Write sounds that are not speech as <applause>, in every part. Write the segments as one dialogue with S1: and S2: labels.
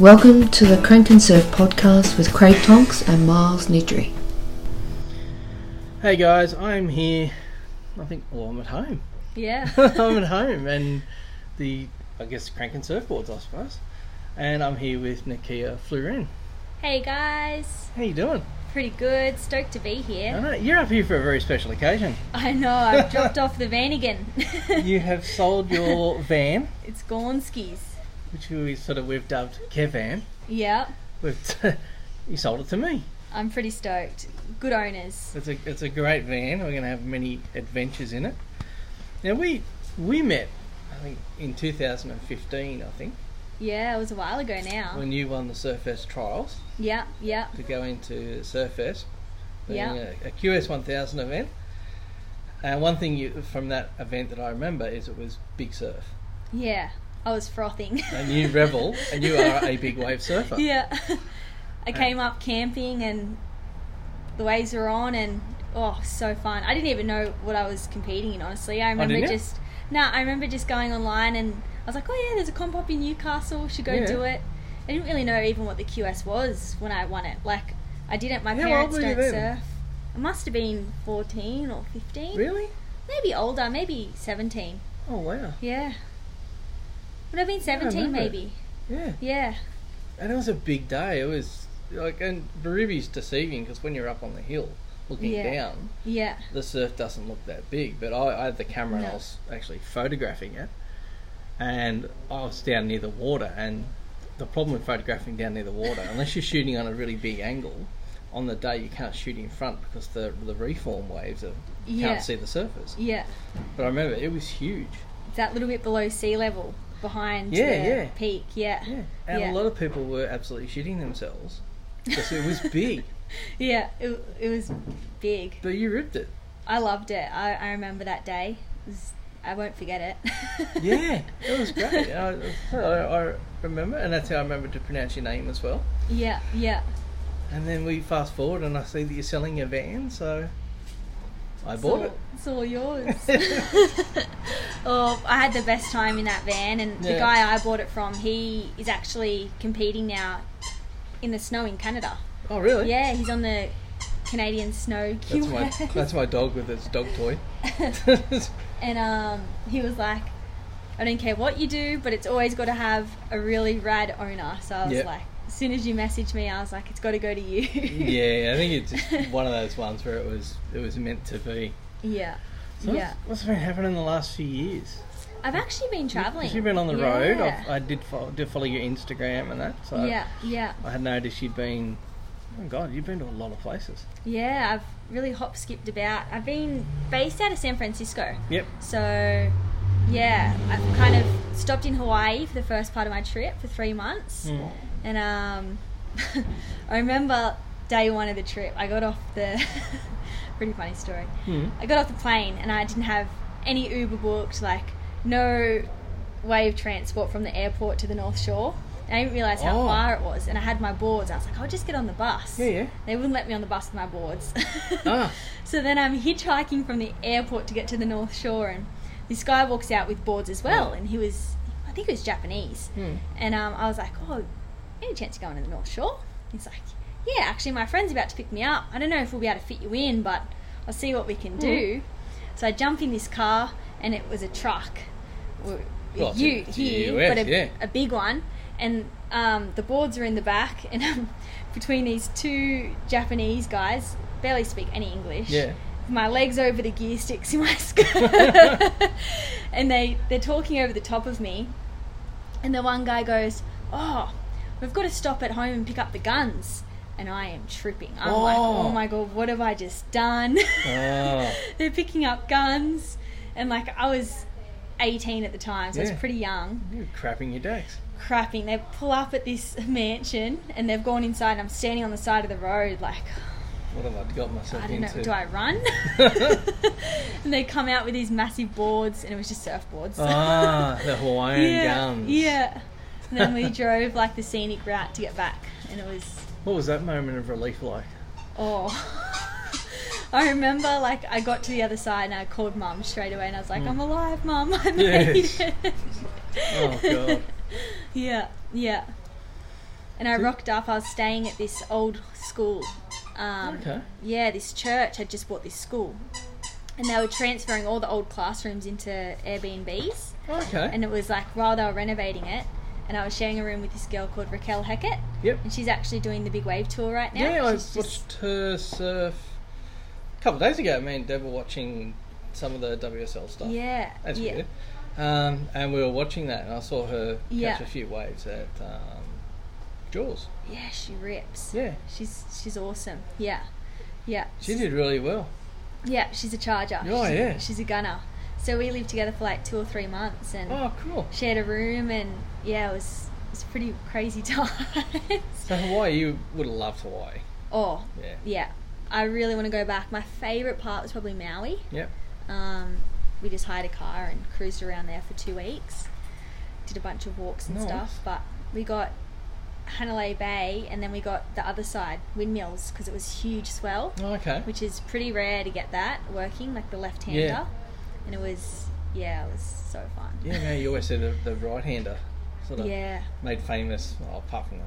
S1: Welcome to the Crank and Serve podcast with Craig Tonks and Miles Nidri.
S2: Hey guys, I'm here. I think, well, I'm at home. <laughs>
S3: Yeah.
S2: I'm at home, and the, I guess, cranking surfboards, I suppose. And I'm here with Nakia Flurin.
S3: hey guys.
S2: How you doing?
S3: Pretty good. Stoked to be here.
S2: I know, you're up here for a very special occasion.
S3: I know.
S2: <laughs>
S3: I've dropped off the van again.
S2: You have sold your van,
S3: <laughs> It's Gornskis.
S2: which we sort of we've dubbed Kevan.
S3: Yep.
S2: We've <laughs> you sold it to me.
S3: I'm pretty stoked. Good owners.
S2: It's a it's a great van. We're going to have many adventures in it. Now we we met, I think, in 2015. I think
S3: Yeah, it was a while ago now.
S2: when you won the Surfest trials.
S3: Yep, yep.
S2: to go into Surfest, being
S3: Yeah.
S2: a, a QS 1000 event. And one thing you, from that event that I remember is it was big surf.
S3: Yeah. I was frothing.
S2: And you revel, and you are a
S3: <laughs>
S2: big wave surfer.
S3: yeah. <laughs> I came up camping and the waves were on and oh, so fun. I didn't even know what I was competing in, honestly. I remember
S2: Oh, didn't you?
S3: just no, I remember just going online and I was like, oh yeah, there's a comp up in Newcastle. Should go
S2: Yeah.
S3: do it. I didn't really know even what the QS was when I won it. Like I didn't. My
S2: How old
S3: parents
S2: were you
S3: don't
S2: then?
S3: surf. I must have been 14 or 15.
S2: Really?
S3: Maybe older. Maybe 17.
S2: Oh, wow.
S3: Yeah. Would have been 17
S2: remember it.
S3: maybe.
S2: Yeah.
S3: Yeah.
S2: And it was a big day. It was like, and Baribi's deceiving because when you're up on the hill looking
S3: Yeah.
S2: down,
S3: Yeah.
S2: the surf doesn't look that big, but I, I had the camera and I
S3: No.
S2: was actually photographing it, and I was down near the water. And the problem with photographing down near the
S3: <laughs>
S2: water, unless you're shooting on a really big angle, on the day you can't shoot in front because the the reform waves are, you
S3: Yeah.
S2: can't see the surface.
S3: Yeah.
S2: But I remember it was huge.
S3: that little bit below sea level behind
S2: Yeah,
S3: the
S2: yeah.
S3: peak. Yeah.
S2: Yeah, and
S3: Yeah.
S2: a lot of people were absolutely shitting
S3: <laughs>
S2: themselves because it was big.
S3: Yeah, it, it was big.
S2: But you ripped
S3: <laughs>
S2: it.
S3: I loved it. I, I remember that day. It was, I won't forget it.
S2: Yeah, it was great.
S3: <laughs>
S2: I, I, I remember, and that's how I remember to pronounce your name as well.
S3: yeah, yeah.
S2: And then we fast forward, and I see that you're selling your van, so I
S3: It's
S2: bought
S3: all-
S2: it.
S3: It's all yours.
S2: <laughs>
S3: <laughs> oh, I had the best time in that van, and
S2: Yeah.
S3: the guy I bought it from, he is actually competing now in the snow in Canada.
S2: Oh, really?
S3: Yeah, he's on the Canadian Snow
S2: That's
S3: QS.
S2: my <laughs> that's my dog with its dog
S3: <laughs>
S2: toy.
S3: And um, he was like, I don't care what you do, but it's always got to have a really rad owner. So I was
S2: Yep.
S3: like, as soon as you messaged me, I was like, it's got to go to you.
S2: <laughs> yeah, I think it's
S3: <laughs>
S2: just one of those ones where it was it was meant to be.
S3: yeah.
S2: So
S3: yeah.
S2: What's, what's been happening in the last few years?
S3: I've actually been traveling.
S2: You've been on the
S3: yeah.
S2: road. I've, I did follow, did follow your Instagram and that. So
S3: yeah, yeah,
S2: I had noticed you'd been. Oh God, you've been to a lot of places.
S3: yeah. I've really hop skipped about. I've been based out of San Francisco.
S2: Yep.
S3: So, yeah, I've kind of stopped in Hawaii for the first part of my trip for three months.
S2: Hmm. Mm.
S3: And um, <laughs> I remember day one of the trip, I got off the <laughs> pretty funny story.
S2: Hmm.
S3: I got off the plane and I didn't have any Uber booked, like no way of transport from the airport to the North Shore. And I didn't realise how
S2: Oh.
S3: far it was, and I had my boards. I was like, I'll just get on the bus.
S2: Yeah, yeah.
S3: They wouldn't let me on the bus with my boards. <laughs>
S2: Ah.
S3: So then I'm hitchhiking from the airport to get to the North Shore, and this guy walks out with boards as well,
S2: Yeah.
S3: and he was, I think he was Japanese.
S2: Hmm.
S3: And um, I was like, oh, any chance you're going to the North Shore? He's like, yeah, actually, my friend's about to pick me up. I don't know if we'll be able to fit you in, but I'll see what we can do.
S2: Hmm.
S3: So I jump in this car, and it was a truck. Well,
S2: Well,
S3: a
S2: it's
S3: ute
S2: a-
S3: here,
S2: US,
S3: but a,
S2: yeah.
S3: a big one. And um, the boards are in the back, <laughs> and um, between these two Japanese guys, barely speak any English
S2: Yeah.
S3: my legs over the gear sticks in my <laughs> skirt. and they, they're talking over the top of me. And the one guy goes, Oh, we've got to stop at home and pick up the guns. And I am tripping. I'm like,
S2: Oh.
S3: Oh my God, what have I just done?
S2: Oh.
S3: <laughs> they're picking up guns. And like, I was 18 at the time, so I
S2: Yeah.
S3: was pretty young
S2: You're crapping your decks.
S3: crapping. They pull up at this mansion and they've gone inside, and I'm standing on the side of the road, like,
S2: What have I got myself
S3: I don't
S2: into?
S3: know. Do
S2: <laughs>
S3: I run? <laughs> and they come out with these massive boards, and it was just surfboards. <laughs>
S2: Ah, the Hawaiian
S3: yeah,
S2: guns.
S3: Yeah. And
S2: <laughs>
S3: then we drove like the scenic route to get back, and it was
S2: What was that moment of relief like?
S3: oh. <laughs> I remember like I got to the other side and I called mum straight away, and I was like, "I'm alive, mum! I
S2: Hmm. <laughs>
S3: made
S2: Yes.
S3: it." <laughs>
S2: Oh god.
S3: yeah, yeah. and I rocked up. I was staying at this old school. Um,
S2: Okay.
S3: Yeah, this church had just bought this school, and they were transferring all the old classrooms into Airbnbs.
S2: Okay.
S3: And it was like while they were renovating it, and I was sharing a room with this girl called Raquel Hackett,
S2: yep.
S3: and she's actually doing the Big Wave tour right now.
S2: Yeah, I
S3: She's just-
S2: watched her surf a couple of days ago. Me and Deb were watching some of the WSL stuff.
S3: Yeah,
S2: That's
S3: yeah.
S2: good. Um, and we were watching that, and I saw her catch
S3: Yeah.
S2: a few waves at um, Jaws.
S3: Yeah, she rips.
S2: Yeah.
S3: She's she's awesome. Yeah. Yeah.
S2: She did really well.
S3: Yeah, she's a charger.
S2: Oh,
S3: she's,
S2: yeah.
S3: She's a gunner. So we lived together for like two or three months and
S2: Oh, cool.
S3: shared a room and yeah, it was it was pretty crazy <laughs> times.
S2: So Hawaii, you would have loved Hawaii.
S3: oh,
S2: Yeah.
S3: yeah. I really want to go back. My favourite part was probably Maui.
S2: Yep.
S3: Um, we just hired a car and cruised around there for two weeks. Did a bunch of walks and
S2: Nice.
S3: stuff, but we got Hanalei Bay and then we got the other side, windmills, because it was huge swell,
S2: Oh, okay.
S3: which is pretty rare to get that working, like the left hander.
S2: Yeah.
S3: And it was, yeah, it was so fun.
S2: yeah, no, you always said the, the right hander sort of
S3: <laughs> yeah,
S2: made famous, well, apart from the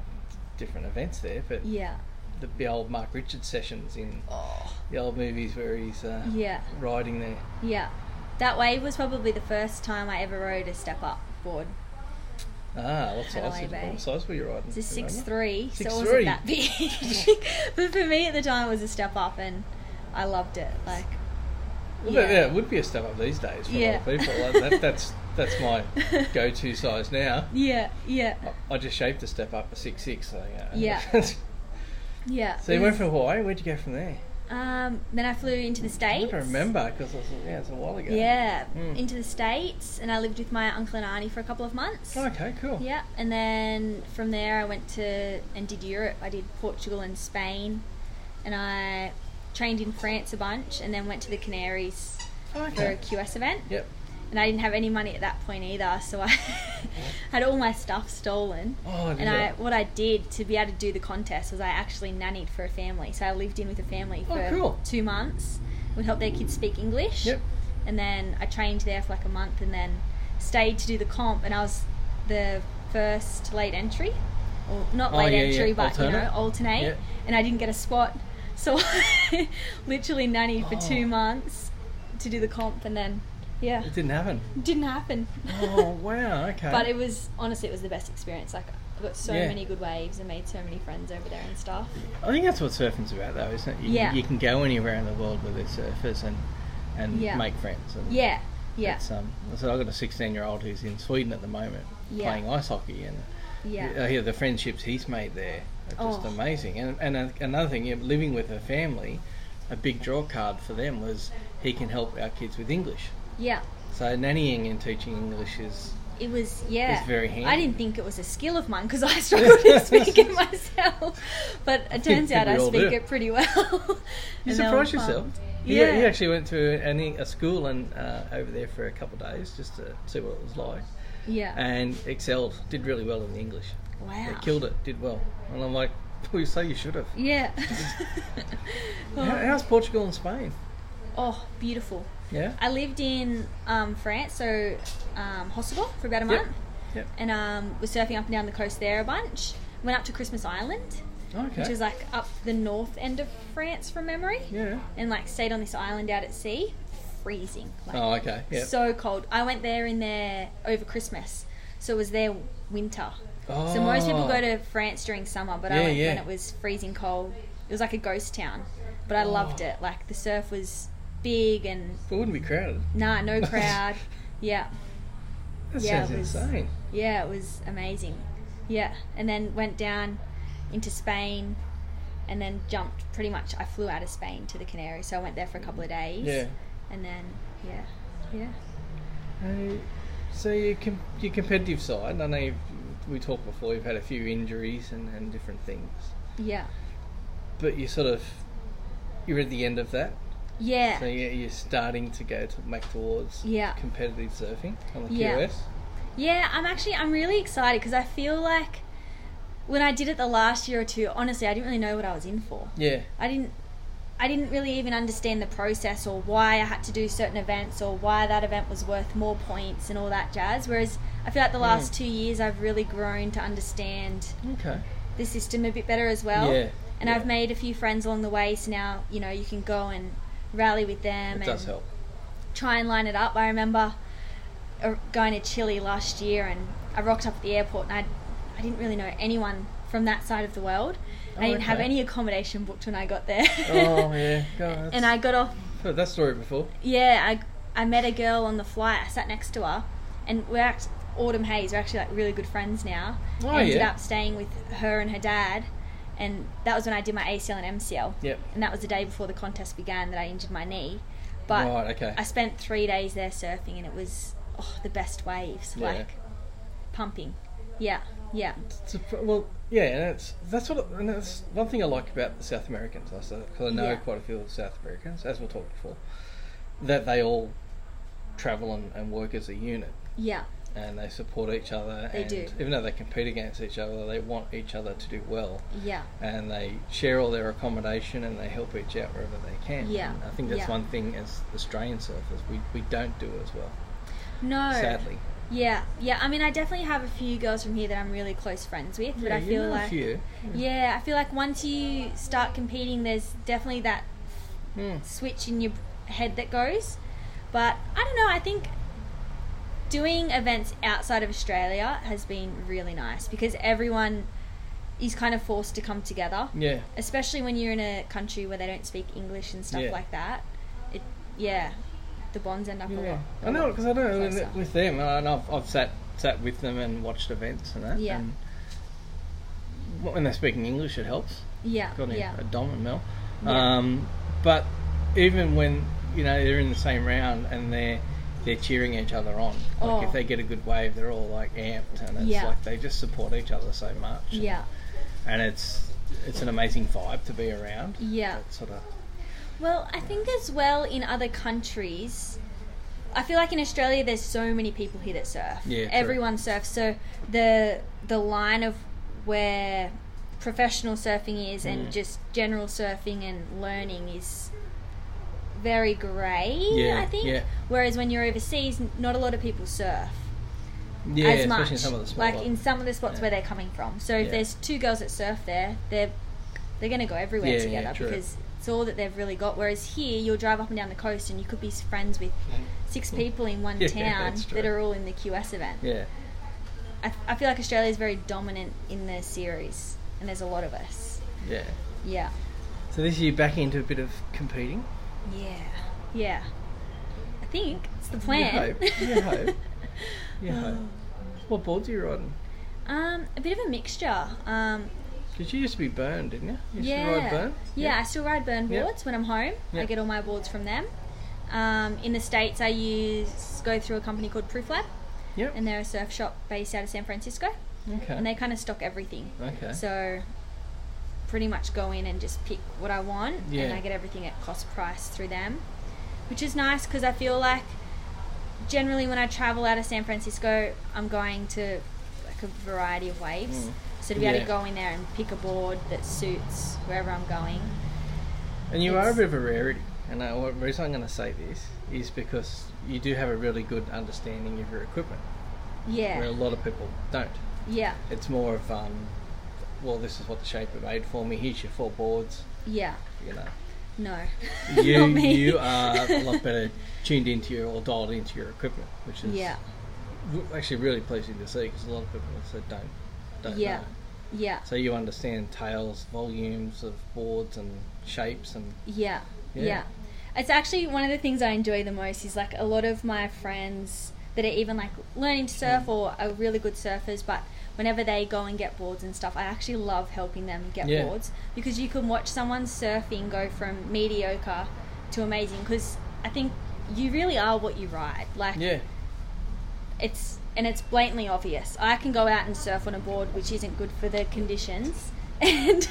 S2: different events there, but
S3: yeah.
S2: the, the old Mark Richards sessions in
S3: Oh,
S2: the old movies where he's uh,
S3: yeah,
S2: riding there.
S3: yeah. That wave was probably the first time I ever rode a step up board.
S2: Ah, what
S3: Adelaide
S2: size,
S3: Bay.
S2: what size were you riding?
S3: It's a
S2: Do you
S3: six
S2: remember?
S3: three, so it
S2: 6'3".
S3: wasn't that big. <laughs> but for me at the time, it was a step up, and I loved it. Like,
S2: Well, yeah. yeah, it would be a step up these days for a
S3: Yeah.
S2: lot of people. Like, that,
S3: <laughs>
S2: that's that's my go-to size now.
S3: yeah, yeah,
S2: I, I just shaped the step up a six six. So, yeah. <laughs>
S3: Yeah. Uh,
S2: so
S3: yeah.
S2: you
S3: It
S2: went
S3: was-
S2: from Hawaii. Where'd you go from there?
S3: Um, then I flew into the
S2: I
S3: states.
S2: don't remember because yeah, it's a while ago.
S3: Yeah,
S2: Mm.
S3: into the states, and I lived with my uncle and auntie for a couple of months.
S2: Okay, cool.
S3: Yeah, and then from there I went to and did Europe. I did Portugal and Spain, and I trained in France a bunch, and then went to the Canaries for a
S2: Okay.
S3: QS event.
S2: Yep.
S3: and I didn't have any money at that point either, so I <laughs> had all my stuff stolen.
S2: Oh,
S3: and
S2: yeah.
S3: I, what I did to be able to do the contest was I actually nannied for a family. So I lived in with a family
S2: Oh,
S3: for
S2: cool.
S3: two months. Would help their kids speak English.
S2: Yep.
S3: And then I trained there for like a month, and then stayed to do the comp. And I was the first late entry, or not
S2: Oh,
S3: late
S2: yeah, yeah.
S3: entry, but you know
S2: Alternate.
S3: alternate.
S2: Yep.
S3: And I didn't get a spot, so <laughs> I literally nannied for
S2: Oh.
S3: two months to do the comp, and then yeah,
S2: It didn't happen.
S3: didn't happen.
S2: Oh
S3: <laughs>
S2: wow. Okay.
S3: but it was honestly, it was the best experience. Like I got so
S2: Yeah.
S3: many good waves and made so many friends over there and stuff.
S2: I think that's what surfing's about, though, isn't it? You,
S3: Yeah.
S2: You can go anywhere in the world with a surfers and and
S3: Yeah.
S2: make friends. And
S3: Yeah, yeah,
S2: It's, um, so I've got a 16 year old who's in Sweden at the moment
S3: Yeah.
S2: playing ice hockey, and
S3: yeah,
S2: I hear the friendships he's made there are just
S3: Oh.
S2: amazing. And, and a, another thing, you know, living with her family, a big draw card for them was he can help our kids with English.
S3: yeah.
S2: So nannying and teaching English is
S3: It was yeah.
S2: It's very
S3: I
S2: handy.
S3: didn't think it was a skill of mine because I <laughs> struggled to speak it myself, but it
S2: <laughs>
S3: turns out
S2: We
S3: I
S2: all
S3: speak
S2: do.
S3: it pretty well. <laughs>
S2: you
S3: And they were
S2: surprise
S3: fun.
S2: yourself. He-
S3: Yeah,
S2: He, actually went to an, a school and uh, over there for a couple of days just to see what it was like,
S3: yeah.
S2: and excelled. Did really well in the English.
S3: wow.
S2: He killed it. Did well. And I'm like, <laughs> well, you say you should have. <laughs>
S3: Yeah. <laughs>
S2: How, how's Portugal and Spain?
S3: oh, beautiful.
S2: Yeah.
S3: I lived in um, France, so um, Hospital for about a
S2: Yep.
S3: month,
S2: Yep.
S3: and um, was surfing up and down the coast there a bunch. Went up to Christmas Island,
S2: Okay.
S3: which is like up the north end of France from memory,
S2: yeah.
S3: and like stayed on this island out at sea, freezing, like
S2: Oh, okay. Yeah.
S3: so cold. I went there in there over Christmas, so it was their winter.
S2: oh.
S3: So most people go to France during summer, but I
S2: Yeah,
S3: went when
S2: yeah.
S3: it was freezing cold. It was like a ghost town, but I
S2: Oh.
S3: loved it. Like the surf was big and
S2: It wouldn't be crowded.
S3: Nah, no crowd. yeah,
S2: That
S3: Yeah,
S2: sounds
S3: it was-
S2: insane.
S3: yeah, it was amazing. Yeah, and then went down into Spain, and then jumped pretty much. I flew out of Spain to the Canaries, so I went there for a couple of days.
S2: Yeah.
S3: and then yeah, yeah,
S2: Hey, so your com- your competitive side. I know you've, we talked before. You've had a few injuries and, and different things,
S3: yeah,
S2: but you sort of you're at the end of that.
S3: yeah.
S2: So you you're starting to go to make towards
S3: Yeah.
S2: competitive surfing on the
S3: Yeah.
S2: QS.
S3: Yeah, I'm actually I'm really excited because I feel like when I did it the last year or two, honestly, I didn't really know what I was in for.
S2: Yeah.
S3: I didn't I didn't really even understand the process or why I had to do certain events or why that event was worth more points
S2: Mm.
S3: and all that jazz. Whereas I feel like the last two years I've really grown to understand
S2: Okay.
S3: the system a bit better as well.
S2: Yeah,
S3: And
S2: yeah.
S3: I've made a few friends along the way, so now you know you can go and rally with them
S2: It
S3: and
S2: does help.
S3: try and line it up. I remember uh, going to Chile last year, and I rocked up at the airport, and I I didn't really know anyone from that side of the world. I
S2: Oh,
S3: didn't have
S2: okay.
S3: any accommodation booked when I got there.
S2: Oh yeah,
S3: <laughs>
S2: God,
S3: and I got off
S2: I've heard that story before.
S3: yeah, I, I met a girl on the flight. I sat next to her, and we're act- Autumn Hayes. We're actually like really good friends now.
S2: Oh,
S3: I ended
S2: yeah.
S3: up staying with her and her dad, and that was when I did my ACL and MCL.
S2: Yep.
S3: And that was the day before the contest began that I injured my knee. But
S2: right, okay.
S3: I spent three days there surfing, and it was oh, the best waves,
S2: Yeah.
S3: like pumping. Yeah, yeah,
S2: It's a pr- well, yeah, and that's that's what and that's one thing I like about the South Americans. I because I know
S3: Yeah.
S2: quite a few of the South Americans, as we talked before, that they all travel and, and work as a unit,
S3: yeah,
S2: and they support each other.
S3: They
S2: and
S3: do.
S2: Even though they compete against each other, they want each other to do well,
S3: yeah,
S2: and they share all their accommodation and they help each out wherever they can.
S3: Yeah,
S2: And I think that's
S3: yeah.
S2: one thing as Australian surfers we, we don't do as well,
S3: no,
S2: sadly.
S3: yeah, yeah. I mean, I definitely have a few girls from here that I'm really close friends with, but
S2: Yeah,
S3: I
S2: you
S3: feel
S2: know a
S3: like
S2: few.
S3: Yeah, I feel like once you start competing, there's definitely that Hmm.
S2: Mm.
S3: switch in your head that goes. But I don't know, I think doing events outside of Australia has been really nice because everyone is kind of forced to come together,
S2: Yeah.
S3: especially when you're in a country where they don't speak English and stuff
S2: Yeah.
S3: like that. It, yeah, the bonds end up a lot.
S2: I know because I know with-
S3: closer.
S2: with them, and I've, I've sat sat with them and watched events and that.
S3: Yeah.
S2: And when they're speaking English, it helps.
S3: Yeah,
S2: Got a,
S3: yeah,
S2: a dom and Mel.
S3: Yeah.
S2: Um, but even when you know they're in the same round and they're they're cheering each other on. Like
S3: Oh.
S2: if they get a good wave, they're all like amped, and it's
S3: Yeah.
S2: like they just support each other so much. and-
S3: yeah,
S2: And, it's it's an amazing vibe to be around.
S3: yeah.
S2: That sort of
S3: Well, I think as well in other countries, I feel like in Australia there's so many people here that surf.
S2: Yeah, true.
S3: Everyone surfs. So the the line of where professional surfing is
S2: Mm.
S3: and just general surfing and learning is very grey,
S2: Yeah,
S3: I think.
S2: yeah.
S3: Whereas when you're overseas, n- not a lot of people surf
S2: yeah,
S3: as
S2: especially
S3: much.
S2: in some of the smaller
S3: like in some of the spots where they're coming from. So if
S2: Yeah.
S3: there's two girls that surf there, they're they're going to go everywhere
S2: Yeah, yeah,
S3: together
S2: true.
S3: because it's all that they've really got. Whereas here, you'll drive up and down the coast and you could be friends with six people in one
S2: Mm. <laughs> Yeah,
S3: town
S2: that's
S3: that
S2: true.
S3: are all in the QS event.
S2: yeah.
S3: I, I feel like Australia is very dominant in the series, and there's a lot of us.
S2: Yeah.
S3: Yeah,
S2: So this year back into a bit of competing.
S3: yeah, yeah. I think it's the plan.
S2: You hope. You hope. You hope.
S3: Oh.
S2: What boards are you riding?
S3: <laughs> um, a bit of a mixture. Um,
S2: Because you used to be burned, didn't you? You used
S3: yeah.
S2: to ride burn.
S3: Yeah, I still ride burn
S2: Yeah.
S3: boards when I'm home.
S2: Yeah.
S3: I get all my boards from them. Um, in the states, I use go through a company called Proof Lab,
S2: Yep.
S3: and they're a surf shop based out of San Francisco,
S2: okay.
S3: and they kind of stock everything.
S2: okay.
S3: So pretty much go in and just pick what I want,
S2: Yeah.
S3: and I get everything at cost price through them, which is nice because I feel like generally when I travel out of San Francisco, I'm going to like a variety of waves.
S2: Mm.
S3: So to be able
S2: Yeah.
S3: to go in there and pick a board that suits wherever I'm going.
S2: and you are a
S3: it's-
S2: bit of a rarity. And I, the reason I'm going to say this is because you do have a really good understanding of your equipment,
S3: Yeah.
S2: where a lot of people don't.
S3: Yeah.
S2: It's more of, um, well, this is what the shaper made for me. Here's your four boards.
S3: Yeah.
S2: You know,
S3: No. <laughs>
S2: you
S3: Not me.
S2: you are a lot better tuned into your or dialed into your equipment,
S3: <laughs>
S2: which is
S3: Yeah.
S2: w- actually really pleasing to see because a lot of people said don't don't
S3: Yeah.
S2: know.
S3: Yeah.
S2: So you understand tails, volumes of boards and shapes and
S3: Yeah.
S2: Yeah.
S3: Yeah. It's actually one of the things I enjoy the most is like a lot of my friends that are even like learning to
S2: Mm.
S3: surf or are really good surfers, but whenever they go and get boards and stuff, I actually love helping them get
S2: Yeah.
S3: boards because you can watch someone surfing go from mediocre to amazing because I think you really are what you ride. Like,
S2: yeah,
S3: it's and it's blatantly obvious. I can go out and surf on a board which isn't good for the conditions, <laughs> and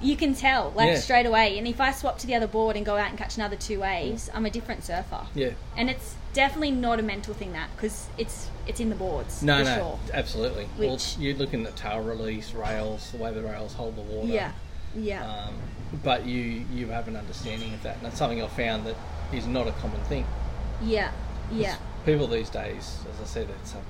S3: you can tell like
S2: Yeah.
S3: straight away. And if I swap to the other board and go out and catch another two waves, I'm a different surfer.
S2: yeah.
S3: And it's definitely not a mental thing that because it's it's in the boards.
S2: No,
S3: for
S2: no,
S3: Sure.
S2: absolutely. Well,
S3: Which-
S2: you're looking at tail release, rails, the way the rails hold the water.
S3: Yeah, yeah,
S2: Um, but you you have an understanding of that, and that's something I've found that is not a common thing.
S3: yeah, yeah,
S2: People these days, as I said, it's um,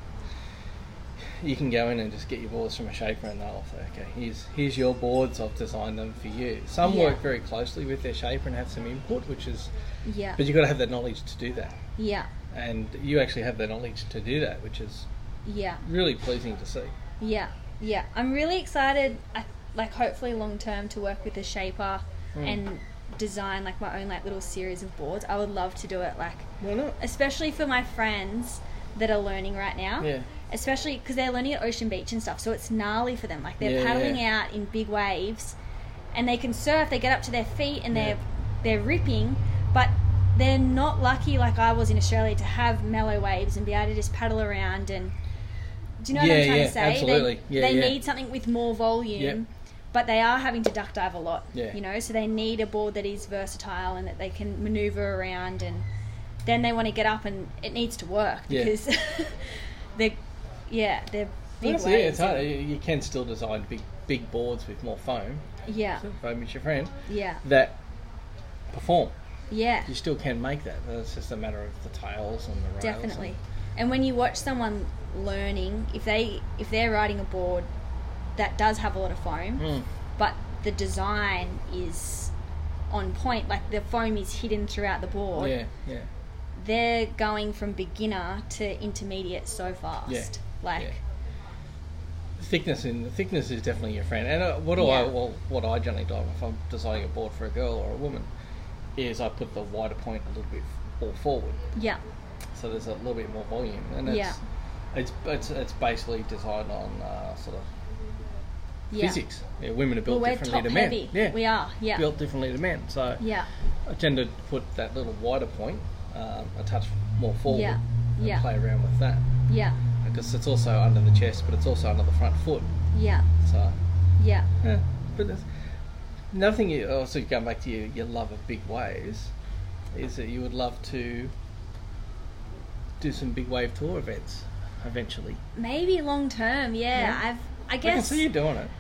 S2: you can go in and just get your boards from a shaper, and they'll say, "Okay, here's here's your boards. I've designed them for you." Some
S3: Yeah.
S2: work very closely with their shaper and have some input, which is,
S3: Yeah.
S2: but you've got to have the knowledge to do that,
S3: Yeah.
S2: and you actually have the knowledge to do that, which is
S3: Yeah.
S2: really pleasing to see.
S3: Yeah, yeah. I'm really excited. I, like, hopefully, long term to work with a shaper and design like my own like little series of boards. I would love to do it, like
S2: Why not?
S3: especially for my friends that are learning right now.
S2: Yeah.
S3: Especially because they're learning at Ocean Beach and stuff, so it's gnarly for them. Like they're
S2: Yeah,
S3: paddling
S2: yeah.
S3: out in big waves, and they can surf. They get up to their feet and
S2: Yeah.
S3: they're they're ripping, but they're not lucky like I was in Australia to have mellow waves and be able to just paddle around and. Do you know what
S2: Yeah,
S3: I'm trying
S2: yeah,
S3: to say?
S2: absolutely.
S3: They,
S2: Yeah,
S3: they
S2: yeah.
S3: need something with more volume,
S2: Yep.
S3: but they are having to duck dive a lot.
S2: Yeah.
S3: You know, so they need a board that is versatile and that they can maneuver around, and then they want to get up and it needs to work
S2: Yeah.
S3: because <laughs> they're yeah they're big
S2: Honestly, yeah,
S3: waves.
S2: it's hard. You- You can still design big big boards with more foam.
S3: yeah,
S2: Foam is your friend.
S3: yeah,
S2: That perform.
S3: yeah,
S2: You still can make that. It's just a matter of the tails and the rails. and-
S3: definitely. And when you watch someone learning, if they if they're riding a board that does have a lot of foam,
S2: Mm.
S3: but the design is on point. Like the foam is hidden throughout the board.
S2: Yeah, yeah.
S3: They're going from beginner to intermediate so fast.
S2: Yeah.
S3: Like
S2: Yeah. Thickness in the thickness is definitely your friend. And uh, what do I
S3: Yeah.
S2: well, what I generally do if I'm designing a board for a girl or a woman is I put the wider point a little bit more forward,
S3: yeah,
S2: so there's a little bit more volume, and it's it's, it's it's basically designed on uh, sort of
S3: yeah.
S2: physics. Yeah, women are
S3: Well,
S2: built
S3: we're
S2: differently
S3: top
S2: to men.
S3: heavy.
S2: Yeah,
S3: We are. Yeah.
S2: built differently to men. So
S3: Yeah.
S2: I tend to put that little wider point um, a touch more forward
S3: Yeah.
S2: and
S3: Yeah.
S2: play around with that
S3: Yeah.
S2: because it's also under the chest, but it's also under the front foot.
S3: Yeah.
S2: So
S3: Yeah.
S2: yeah, but that's, another thing. You, also, going back to your, your love of big waves, is that you would love to do some big wave tour events eventually.
S3: Maybe long term. Yeah.
S2: Yeah.
S3: I've. I
S2: I can
S3: guess.
S2: see you doing it.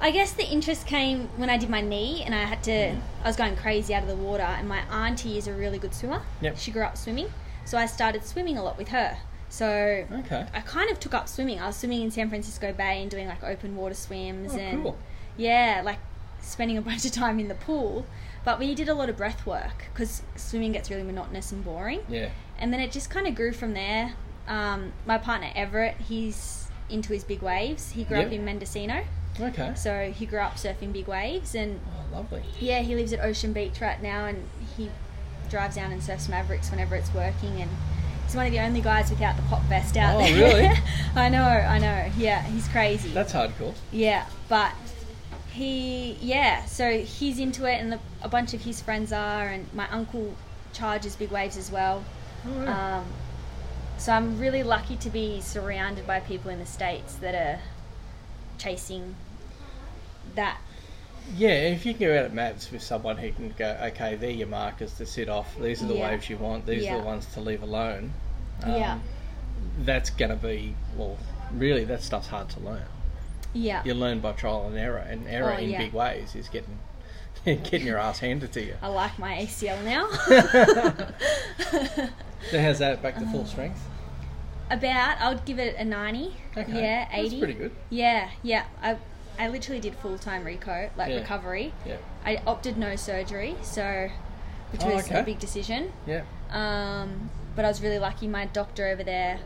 S3: I guess the interest came when I did my knee and I had to, I was going crazy out of the water. And my auntie is a really good swimmer.
S2: Yep.
S3: She grew up swimming. So I started swimming a lot with her. So
S2: Okay.
S3: I kind of took up swimming. I was swimming in San Francisco Bay and doing like open water swims
S2: Oh,
S3: and
S2: cool.
S3: yeah, like spending a <laughs> bunch of time in the pool. But we did a lot of breath work because swimming gets really monotonous and boring
S2: Yeah.
S3: and then it just kind of grew from there. Um, my partner Everett, he's into his big waves. He grew
S2: Yep.
S3: up in Mendocino,
S2: Okay.
S3: so he grew up surfing big waves, and
S2: Oh, lovely.
S3: yeah, he lives at Ocean Beach right now, and he drives down and surfs Mavericks whenever it's working, and he's one of the only guys without the pop vest out
S2: Oh,
S3: there.
S2: really?
S3: <laughs> I know, I know. Yeah, he's crazy.
S2: That's hardcore.
S3: Yeah, but he, yeah, so he's into it, and the, a bunch of his friends are, and my uncle charges big waves as well.
S2: Oh, yeah.
S3: Um, so I'm really lucky to be surrounded by people in the states that are chasing that.
S2: Yeah, if you can go out at maps with someone who can go, okay, they're your markers to sit off. These are the
S3: Yeah.
S2: waves you want. These are
S3: Yeah.
S2: the ones to leave alone. Um,
S3: Yeah.
S2: That's gonna be well, really, that stuff's hard to learn.
S3: Yeah.
S2: You learn by trial and error, and error
S3: Oh,
S2: in
S3: yeah.
S2: big ways is getting <laughs> getting your ass handed to you.
S3: I like my ACL now. <laughs>
S2: So how's that back to full
S3: Uh-huh.
S2: strength?
S3: About, I would give it a 90.
S2: Okay,
S3: Yeah,
S2: that's
S3: 80.
S2: pretty good.
S3: Yeah, yeah. I, I literally did full time reco, like
S2: Yeah.
S3: recovery.
S2: Yeah,
S3: I opted no surgery, so which
S2: Oh,
S3: was
S2: okay.
S3: a big decision.
S2: yeah.
S3: Um, but I was really lucky. My doctor over there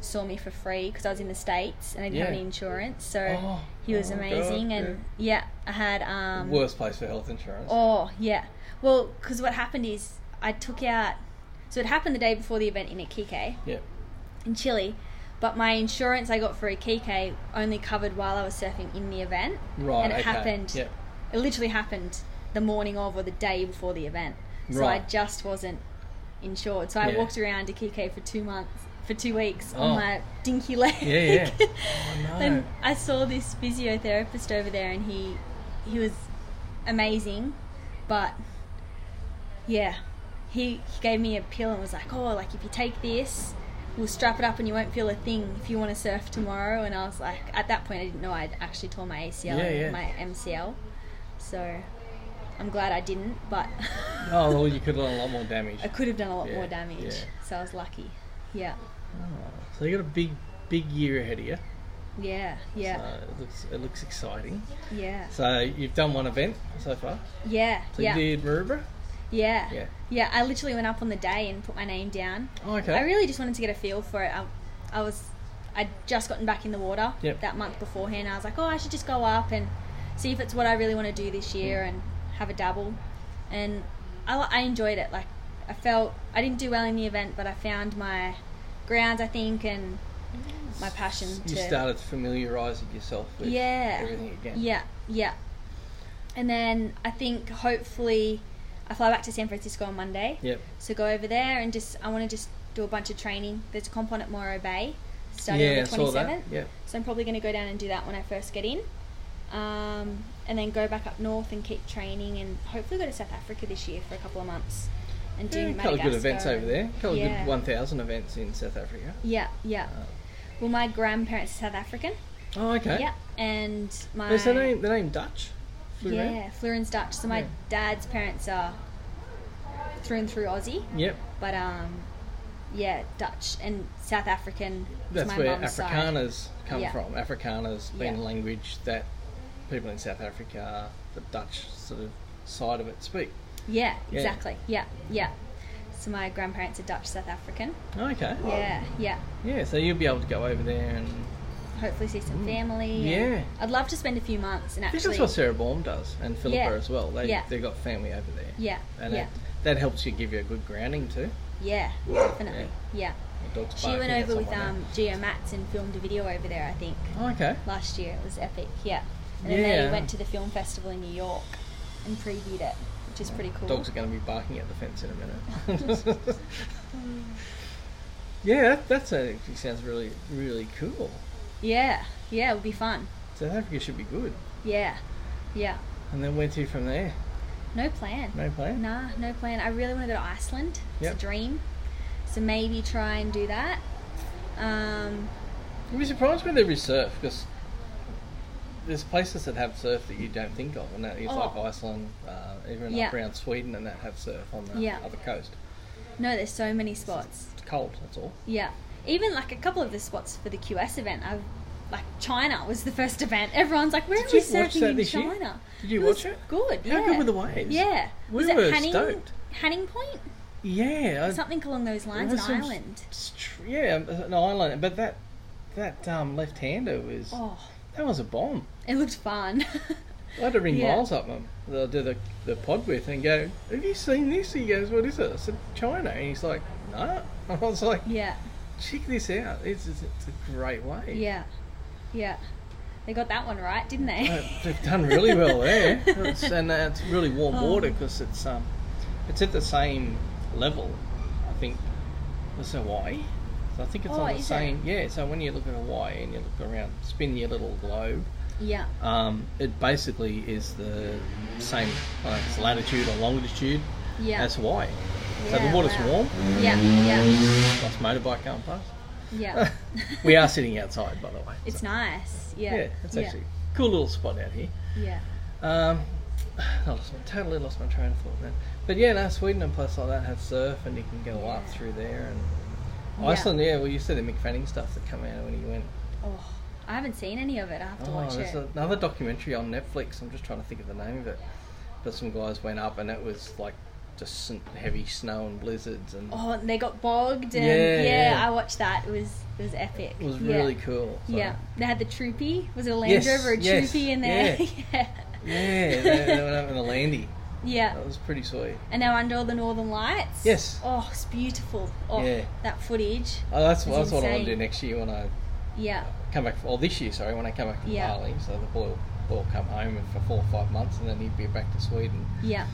S3: saw me for free because I was in the states and I didn't have
S2: Yeah.
S3: any insurance. So
S2: Oh,
S3: he was
S2: oh my God,
S3: amazing. and yeah. I had. Um,
S2: Worst place for health insurance.
S3: Oh yeah. Well, because what happened is I took out. So it happened the day before the event in Iquique
S2: Yeah.
S3: in Chile, but my insurance I got for Iquique only covered while I was surfing in the event.
S2: Right.
S3: And it
S2: okay.
S3: happened.
S2: Yeah.
S3: It literally happened the morning of or the day before the event. So I
S2: Right.
S3: just wasn't insured. So I
S2: Yeah.
S3: walked around Iquique for two months, for two weeks
S2: Oh.
S3: on my dinky leg. <laughs>
S2: Yeah, yeah. Oh, no.
S3: and I saw this physiotherapist over there, and he he was amazing, but yeah, he, he gave me a pill and was like, oh, like if you take this. We'll strap it up and you won't feel a thing if you want to surf tomorrow. And I was like, at that point, I didn't know I'd actually tore my ACL
S2: Yeah,
S3: and
S2: yeah.
S3: my MCL. So I'm glad I didn't, but <laughs>
S2: oh, well, you could have done a lot more damage.
S3: I could have done a lot
S2: Yeah,
S3: more damage.
S2: yeah.
S3: So I was lucky. Yeah.
S2: So you got a big, big year ahead of you.
S3: Yeah, yeah,
S2: So it looks it looks exciting.
S3: yeah,
S2: So you've done one event so far.
S3: yeah,
S2: So
S3: yeah,
S2: you did Maroubra.
S3: yeah,
S2: Yeah.
S3: yeah. I literally went up on the day and put my name down.
S2: Oh, okay.
S3: I really just wanted to get a feel for it. I, I was, I'd just gotten back in the water
S2: Yep.
S3: that month beforehand. I was like, oh, I should just go up and see if it's what I really want to do this year
S2: Mm.
S3: and have a dabble. And I, li- I enjoyed it. Like, I felt I didn't do well in the event, but I found my grounds, I think, and my passion
S2: you
S3: to.
S2: started familiarising yourself with
S3: yeah,
S2: everything again.
S3: yeah, yeah. And then I think hopefully I fly back to San Francisco on Monday.
S2: Yep.
S3: So go over there and just I want to just do a bunch of training. There's a comp on at Morro Bay starting
S2: yeah,
S3: on the
S2: I saw that.
S3: 27th.
S2: Yep.
S3: So I'm probably going to go down and do that when I first get in, um, and then go back up north and keep training and hopefully go to South Africa this year for a couple of months and do
S2: Yeah, a couple of
S3: Madagascar.
S2: good events over
S3: and-
S2: there. A couple of
S3: yeah.
S2: good 1,000 events in South Africa.
S3: Yeah, yeah.
S2: Uh,
S3: Well, my grandparents are South African.
S2: oh, okay.
S3: Yeah, and my
S2: Is the name, the name Dutch? Flew
S3: yeah,
S2: around?
S3: Fluence Dutch. So my
S2: Yeah.
S3: dad's parents are through and through Aussie,
S2: Yep.
S3: but um, yeah, Dutch and South African. is
S2: That's
S3: my
S2: where
S3: mum's side.
S2: Afrikaners come
S3: Yeah.
S2: from. Afrikaners being a
S3: Yeah.
S2: language that people in South Africa, the Dutch sort of side of it, speak.
S3: Yeah,
S2: Yeah.
S3: exactly. Yeah, yeah. So my grandparents are Dutch South African.
S2: Okay.
S3: Yeah, yeah.
S2: Yeah, so you'll be able to go over there and.
S3: Hopefully see some family.
S2: Mm. Yeah.
S3: and I'd love to spend a few months and
S2: This
S3: actually.
S2: is what Sarah Baum does, and Philippa
S3: Yeah.
S2: as well. They,
S3: Yeah.
S2: They've got family over there.
S3: yeah,
S2: And
S3: yeah,
S2: that, that helps you give you a good grounding too.
S3: yeah, definitely. Yeah.
S2: The dog's
S3: She
S2: barking
S3: went
S2: at
S3: over with
S2: someone
S3: um, Geo Mats and filmed a video over there, I think.
S2: now. Oh, okay.
S3: last year. It was epic, yeah. And then
S2: Yeah.
S3: they went to the film festival in New York and previewed it, which is pretty cool.
S2: Dogs are going to be barking at the fence in a minute.
S3: <laughs>
S2: yeah, that that's a, actually sounds really, really cool.
S3: Yeah, yeah, it would be fun.
S2: South Africa should be good.
S3: Yeah, yeah.
S2: And then where to from there?
S3: No plan.
S2: No plan?
S3: Nah, no plan. I really want to go to Iceland. It's
S2: Yep.
S3: a dream. So maybe try and do that. Um,
S2: You'd be surprised when there is surf because there's places that have surf that you don't think of, and that is like
S3: Oh.
S2: Iceland, uh, even
S3: Yeah.
S2: up around Sweden, and that have surf on the
S3: Yeah.
S2: other coast.
S3: no, there's so many spots.
S2: It's cold, that's all.
S3: Yeah. Even like a couple of the spots for the QS event. I've like China was the first <laughs> event. Everyone's like, "Where
S2: Did
S3: are we
S2: you watch
S3: surfing
S2: that
S3: in
S2: this year?
S3: China?"
S2: Did you
S3: was
S2: watch it?
S3: Good.
S2: How
S3: yeah.
S2: good were the waves?
S3: Yeah.
S2: We
S3: was
S2: were
S3: it Hanning,
S2: stoked. Uh,
S3: Hanning Point?
S2: Yeah, I-
S3: Something along those
S2: There
S3: lines, an
S2: was some
S3: island.
S2: str- yeah, an island, but that that um, left-hander was
S3: Oh,
S2: that was a bomb.
S3: it looked fun. <laughs>
S2: I had to ring
S3: Yeah.
S2: Miles up um, that I do the, the pod with and go, Have you seen this? He goes, What is it? I said, China. And he's like, No. <laughs> I was like,
S3: yeah,
S2: Check this out. It's, it's, it's a great way.
S3: yeah, yeah. They got that one right, didn't they?
S2: <laughs> Uh,
S3: <laughs>
S2: They've done really well there. It's, and uh, it's really warm
S3: Oh.
S2: water 'cause water because it's, um, it's at the same level, I think, as Hawaii. So I think it's
S3: Oh,
S2: on the
S3: is it?
S2: same. Yeah, so when you look at Hawaii and you look around, spin your little globe.
S3: <laughs> yeah,
S2: um, it basically is the same like, it's latitude or longitude
S3: yeah.
S2: as Hawaii. So
S3: Yeah,
S2: the water's
S3: wow.
S2: warm,
S3: Yeah, yeah,
S2: plus motorbike going past.
S3: yeah.
S2: <laughs>
S3: <laughs>
S2: we are sitting outside, by the way.
S3: It's
S2: so-
S3: nice. Yeah,
S2: Yeah, it's actually a cool little spot out here.
S3: Yeah,
S2: Um, <sighs> I lost my, totally lost my train of thought then. But yeah, no, Sweden and places like that have surf and you can go up
S3: Yeah.
S2: through there. and
S3: Yeah.
S2: Iceland, yeah, well, you see the McFanning stuff that come out when he went.
S3: Oh, I haven't seen any of it. I have to
S2: Oh,
S3: watch
S2: there's
S3: it.
S2: another documentary on Netflix. I'm just trying to think of the name of it. But some guys went up and it was like just s- heavy snow and blizzards and
S3: Oh, and they got bogged, and
S2: Yeah,
S3: yeah,
S2: yeah.
S3: I watched that. It was it was epic.
S2: it was
S3: Yeah.
S2: really cool. So,
S3: Yeah, they had the troopy. Was it a Land
S2: Yes,
S3: Rover or a
S2: yes,
S3: troopy in there?
S2: yeah.
S3: <laughs> yeah.
S2: Yeah, they, they went up
S3: <laughs>
S2: in a landy.
S3: Yeah.
S2: That was pretty sweet.
S3: And now under all the northern lights.
S2: Yes.
S3: Oh, it's beautiful. Oh,
S2: Yeah.
S3: that footage.
S2: Oh, that's
S3: It's
S2: that's what I want to do
S3: insane.
S2: next year when I
S3: Yeah.
S2: come back. Well, this year, sorry, when I come back from
S3: Yeah.
S2: Bali. So the boy will, boy will come home for four or five months and then he'd be back to Sweden.
S3: Yeah.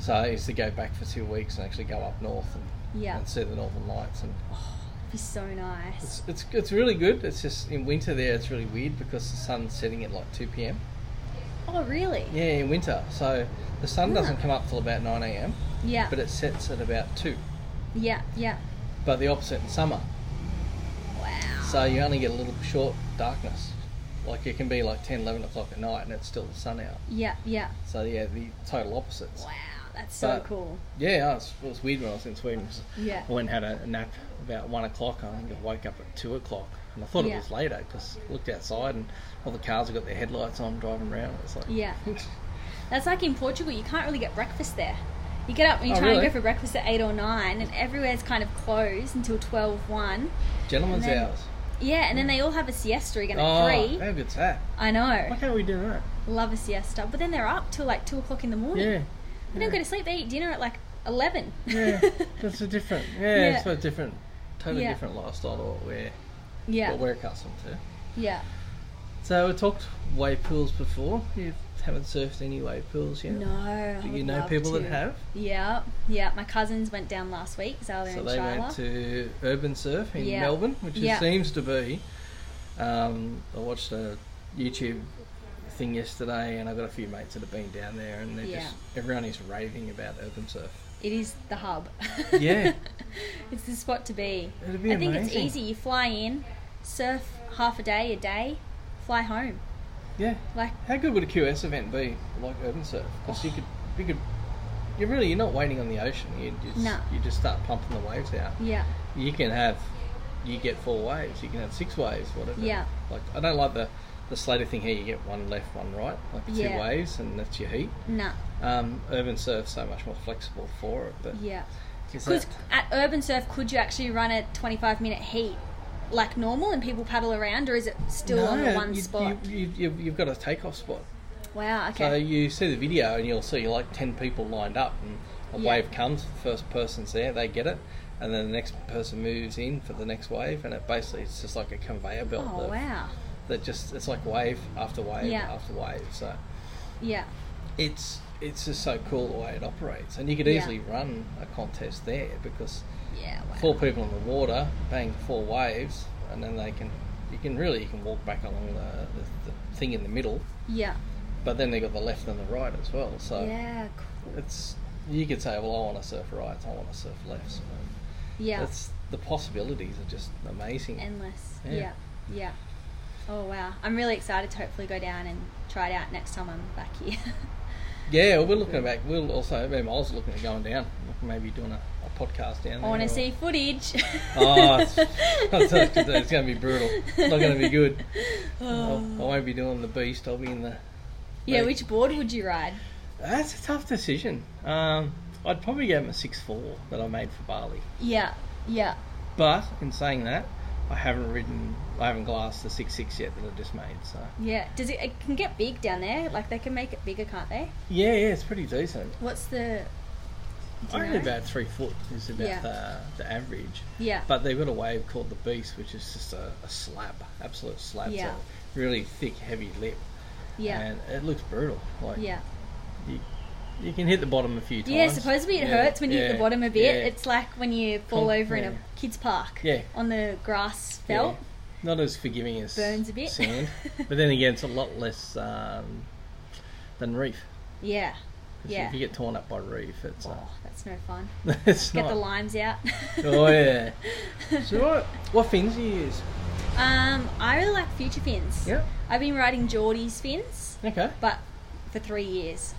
S2: So I used to go back for two weeks and actually go up north and,
S3: Yeah.
S2: and see the northern lights and
S3: It'd be so nice.
S2: It's, it's it's really good. It's just in winter there. It's really weird because the sun's setting at like two p.m.
S3: Oh, really?
S2: Yeah, in winter. So the sun doesn't
S3: Ah.
S2: come up till about nine a.m.
S3: Yeah.
S2: But it sets at about two.
S3: yeah. Yeah.
S2: But the opposite in summer.
S3: Wow.
S2: So you only get a little short darkness. Like it can be like 10, 11 o'clock at night and it's still the sun out.
S3: Yeah. Yeah.
S2: So yeah, the total opposites.
S3: Wow. That's so
S2: But-
S3: cool.
S2: Yeah, it was, it was weird when I was in Sweden. 'cause
S3: Yeah.
S2: I went and had a nap about one o'clock. I think I woke up at two o'clock. And I thought
S3: Yeah.
S2: it was later because looked outside and all the cars have got their headlights on driving around. It's like,
S3: Yeah. That's like in Portugal, you can't really get breakfast there. You get up and you
S2: Oh,
S3: try
S2: really?
S3: and go for breakfast at 8 or 9, and everywhere's kind of closed until 12, 1.
S2: gentlemen's
S3: And then-
S2: hours.
S3: Yeah, and then they all have a siesta again at
S2: Oh,
S3: 3.
S2: how good's that?
S3: I
S2: Why
S3: know.
S2: can't we do that?
S3: Love a siesta. But then they're up till like 2 o'clock in the morning.
S2: Yeah.
S3: They don't go to sleep, they eat dinner at like 11.
S2: Yeah, that's a different. Yeah,
S3: Yeah.
S2: it's a different, totally
S3: Yeah.
S2: different lifestyle to what we're what
S3: <laughs> yeah.
S2: we're accustomed to.
S3: Yeah.
S2: So we talked wave pools before. You haven't surfed any wave pools yet.
S3: No. I
S2: Do you
S3: would
S2: know
S3: love
S2: people
S3: to.
S2: that have?
S3: Yeah. Yeah. My cousins went down last week, Zala
S2: So
S3: and
S2: they
S3: Shyla.
S2: went to Urban Surf in
S3: Yeah.
S2: Melbourne, which
S3: Yeah.
S2: it seems to be. Um, I watched a YouTube thing yesterday, and I've got a few mates that have been down there, and they're
S3: Yeah.
S2: just everyone is raving about Urban Surf.
S3: It is the hub. <laughs>
S2: Yeah.
S3: it's the spot to be.
S2: It'd be
S3: I think it's
S2: amazing.
S3: easy. You fly in, surf half a day, a day, fly home.
S2: Yeah.
S3: Like,
S2: How good would a QS event be like Urban Surf? Because you could, you could, you're really you're not waiting on the ocean. You just
S3: No.
S2: you just start pumping the waves out.
S3: yeah,
S2: You can have, you get four waves. You can have six waves. Whatever.
S3: Yeah.
S2: Like I don't like the the Slater thing here. You get one left, one right, like two
S3: Yeah.
S2: waves, and that's your heat.
S3: nah,
S2: Um, urban surf's so much more flexible for it, but
S3: yeah.
S2: is
S3: Because
S2: that-
S3: at Urban Surf, could you actually run a 25 minute heat like normal and people paddle around, or is it still on the
S2: No,
S3: one
S2: you,
S3: spot?
S2: You, you, you've, you've got a takeoff spot.
S3: wow,
S2: So
S3: okay.
S2: you see the video and you'll see like 10 people lined up and a
S3: Yeah.
S2: wave comes, the first person's there, they get it, and then the next person moves in for the next wave and it basically it's just like a conveyor belt
S3: oh,
S2: that,
S3: wow.
S2: that just it's like wave after wave
S3: Yeah.
S2: after wave. So
S3: Yeah,
S2: it's it's just so cool the way it operates and you could
S3: Yeah.
S2: easily run a contest there because
S3: yeah, wow.
S2: four people in the water, bang four waves and then they can you can really you can walk back along the, the, the thing in the middle,
S3: Yeah,
S2: but then they got the left and the right as well. So
S3: yeah, cool.
S2: it's you could say, well, I want to surf right, I want to surf left.
S3: Yeah.
S2: That's the possibilities are just amazing.
S3: endless.
S2: Yeah.
S3: Yeah. yeah, Oh wow, I'm really excited to hopefully go down and try it out next time I'm back here. <laughs>
S2: yeah, we're looking back. We'll also, I was looking at going down, maybe doing a, a podcast down there.
S3: I want
S2: or-
S3: to see footage. <laughs>
S2: Oh, it's, it's going to be brutal. It's not going to be
S3: <laughs>
S2: good. I'll- I won't be doing the beast. I'll be in the.
S3: Oh. um, yeah,
S2: like-
S3: which board would you ride?
S2: That's a tough decision. Um, I'd probably give him a six four that I made for Bali.
S3: Yeah, yeah,
S2: But in saying that, I haven't ridden, I haven't glassed the six six yet that I just made. So.
S3: yeah. Does it? It can get big down there. Like they can make it bigger, can't they?
S2: Yeah, yeah, it's pretty decent.
S3: What's the? do you
S2: Only
S3: know?
S2: about three foot is about
S3: Yeah.
S2: the, the average.
S3: Yeah.
S2: But they've got a wave called the Beast, which is just a, a slab, absolute slab.
S3: Yeah.
S2: So really thick, heavy lip.
S3: yeah.
S2: And it looks brutal. Like
S3: yeah.
S2: you, you can hit the bottom a few times.
S3: Yeah, supposedly it
S2: Yeah,
S3: hurts when you hit the
S2: yeah,
S3: bottom a bit.
S2: yeah.
S3: It's like when you fall
S2: Con-
S3: over in
S2: yeah.
S3: a kids' park
S2: Yeah.
S3: on the grass felt.
S2: Yeah. Not as forgiving as
S3: Burns a bit. <laughs>
S2: sand. but then again, it's a lot less um, than reef.
S3: Yeah.
S2: 'Cause
S3: Yeah.
S2: If you get torn up by reef, it's uh,
S3: Oh, that's no fun.
S2: <laughs> it's
S3: Get
S2: not.
S3: the limes out.
S2: oh yeah. So what what fins do you use?
S3: <laughs> Um, I really like future fins.
S2: Yeah.
S3: I've been riding Geordie's fins,
S2: Okay.
S3: but for three years.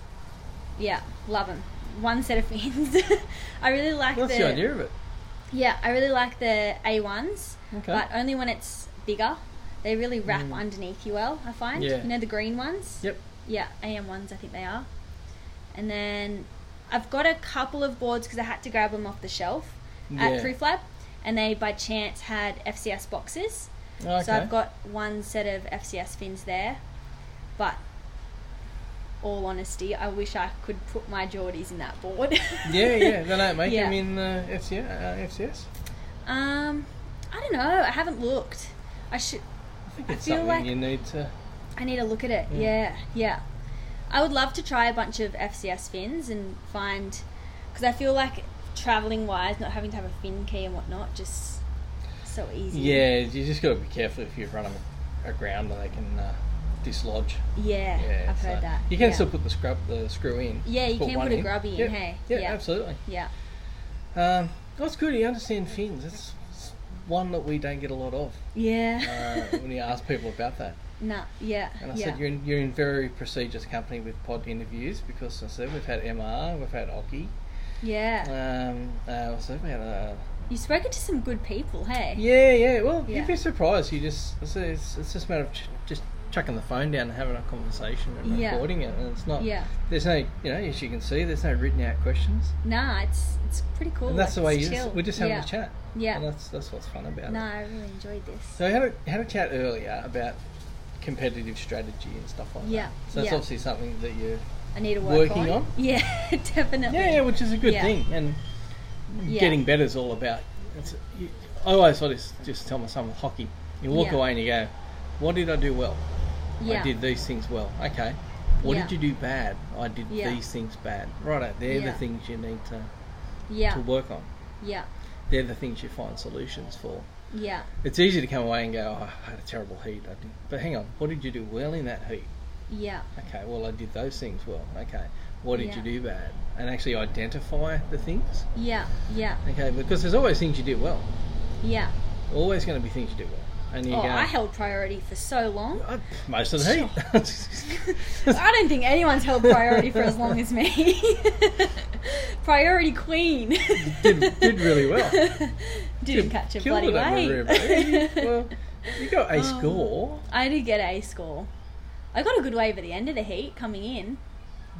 S3: Yeah, love them. One set of fins. <laughs> I really like
S2: That's
S3: the,
S2: the idea of it.
S3: Yeah, I really like the A ones,
S2: Okay. Mm.
S3: but uh, only when it's bigger. They really wrap underneath you well. I find.
S2: Yeah.
S3: You know the green ones.
S2: Yep.
S3: Yeah, AM ones. I think they are. And then I've got a couple of boards because I had to grab them off the shelf
S2: Yeah.
S3: at Proof Lab, and they by chance had FCS boxes.
S2: Okay.
S3: So I've got one set of FCS fins there, but all honesty, I wish I could put my Geordies in that board.
S2: Yeah, yeah. They
S3: <laughs>
S2: don't make
S3: Yeah.
S2: them in uh, FCS. Uh, FCS.
S3: Um, I don't know. I haven't looked. I should.
S2: I think
S3: I
S2: it's
S3: feel
S2: something
S3: like-
S2: you need to.
S3: I need to look at it. Yeah, yeah. I would love to try a bunch of FCS fins and find, because I feel like traveling wise, not having to have a fin key and whatnot, just so easy.
S2: Yeah, you just got to be careful if you run them aground and they can uh, dislodge.
S3: Yeah.
S2: Yeah,
S3: I've
S2: so-
S3: heard that.
S2: You can
S3: yeah.
S2: still put the scrub, the screw in.
S3: Yeah, you can
S2: one
S3: put a grubby in,
S2: Yeah.
S3: hey?
S2: Yeah,
S3: Yeah.
S2: absolutely.
S3: Yeah.
S2: Um, that's good. You understand fins. That's it's one that we don't get a lot of uh,
S3: <laughs> Yeah.
S2: when you ask people about that.
S3: nah. Yeah.
S2: And I
S3: yeah.
S2: said, you're in, you're in very prestigious company with pod interviews because I said we've had MR, we've had Oki,
S3: yeah.
S2: Um, uh, so we had a,
S3: You've spoken to some good people, hey?
S2: Yeah, yeah. Well,
S3: Yeah.
S2: you'd be surprised. You just it's, it's, it's just a matter of ch- just chucking the phone down and having a conversation and
S3: Yeah.
S2: recording it, and it's not.
S3: Yeah.
S2: There's no, you know, as you can see, there's no written out questions,
S3: Nah, it's it's pretty cool.
S2: and that's the
S3: like,
S2: way
S3: it's
S2: you just,
S3: chill.
S2: we're just having
S3: Yeah.
S2: a chat. and
S3: Yeah.
S2: that's that's what's fun about
S3: Nah,
S2: it.
S3: I really enjoyed this.
S2: So we had a had a chat earlier about competitive strategy and stuff like
S3: Yeah,
S2: that. So that's
S3: yeah.
S2: obviously something that you
S3: I need to work
S2: Working on?
S3: <laughs> Yeah, definitely.
S2: yeah, yeah, which is a good
S3: Yeah.
S2: thing, and
S3: Yeah.
S2: getting better is all about. It's, you, I always sort of s- just tell myself with hockey, you walk
S3: Yeah.
S2: away and you go, "What did I do well?
S3: Yeah.
S2: I did these things well. Okay, what
S3: Yeah.
S2: did you do bad? I did
S3: Yeah.
S2: these things bad. Right, out they're
S3: Yeah.
S2: the things you need to, to
S3: Yeah.
S2: work on.
S3: Yeah.
S2: They're the things you find solutions for.
S3: Yeah.
S2: It's easy to come away and go, oh, I had a terrible heat. I did. But hang on, what did you do well in that heat?
S3: Yeah.
S2: Okay, well, I did those things well. Okay, what did
S3: Yeah.
S2: you do bad? And actually identify the things.
S3: Yeah. Yeah.
S2: Okay, because there's always things you do well.
S3: Yeah.
S2: Always going to be things you do well. And you
S3: Oh,
S2: go,
S3: I held priority for so
S2: <laughs>
S3: long.
S2: "Oh, most
S3: <laughs>
S2: of the heat. <laughs>
S3: I don't think anyone's held priority for as long as me. <laughs> priority queen.
S2: did, did really well.
S3: <laughs> Didn't
S2: You
S3: catch a
S2: killed
S3: bloody
S2: it on the
S3: way. <laughs> Oh.
S2: rib. well, you got a score.
S3: I did get a score. I got a good wave at the end of the heat coming in.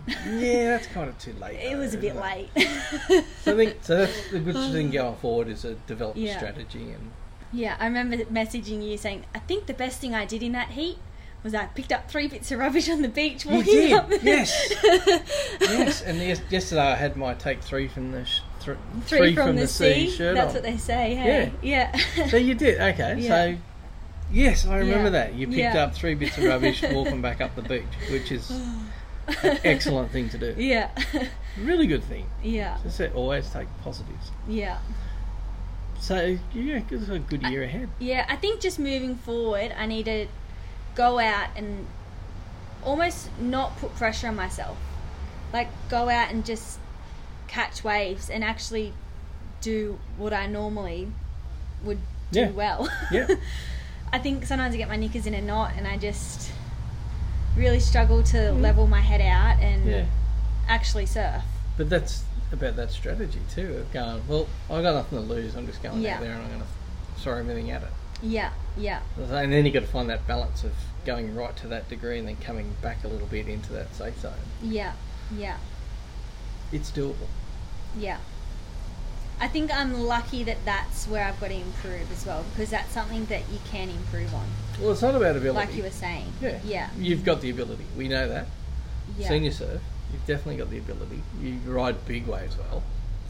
S2: Yeah,
S3: <laughs>
S2: that's kind of too late.
S3: It
S2: though,
S3: was a bit
S2: isn't it?
S3: late.
S2: So I
S3: <laughs>
S2: think so. That's the good thing going forward is a develop
S3: Yeah.
S2: strategy
S3: <laughs>
S2: and
S3: Yeah, I remember messaging you saying, I think the best thing I did in that heat was I picked up three bits of rubbish on the beach
S2: You
S3: walking
S2: did,
S3: up the
S2: yes,
S3: <laughs>
S2: yes. And yes, yesterday I had my take three from the sh- thr-
S3: Three, from, the, sea.
S2: shirt
S3: That's
S2: on.
S3: what they say, hey? Yeah.
S2: So
S3: <laughs>
S2: you did, okay.
S3: Yeah.
S2: So yes, I remember
S3: Yeah.
S2: that. You picked
S3: Yeah.
S2: up three bits of
S3: <laughs>
S2: rubbish walking back up the beach, which is an excellent thing to do.
S3: yeah. <laughs>
S2: Really good thing.
S3: yeah.
S2: Just that always take positives.
S3: Yeah.
S2: So yeah, it's a good year ahead.
S3: Yeah, I think just moving forward, I need to go out and almost not put pressure on myself. Like, go out and just catch waves and actually do what I normally would do
S2: Yeah.
S3: well.
S2: Yeah.
S3: <laughs> I think sometimes I get my knickers in a knot and I just really struggle to level my head out and
S2: Mm-hmm. Yeah.
S3: actually surf.
S2: But that's about that strategy too of going, well, I've got nothing to lose. I'm just going
S3: Yeah.
S2: out there and I'm going to throw everything at it.
S3: Yeah, yeah,
S2: And then you've got to find that balance of going right to that degree and then coming back a little bit into that safe zone.
S3: yeah, yeah.
S2: It's doable.
S3: Yeah. I think I'm lucky that that's where I've got to improve as well because that's something that you can improve on,
S2: Well, it's not about ability.
S3: like you were saying.
S2: yeah.
S3: Yeah.
S2: You've got the ability. We know that.
S3: Yeah.
S2: Senior surf, you've definitely got the ability. You ride big waves well,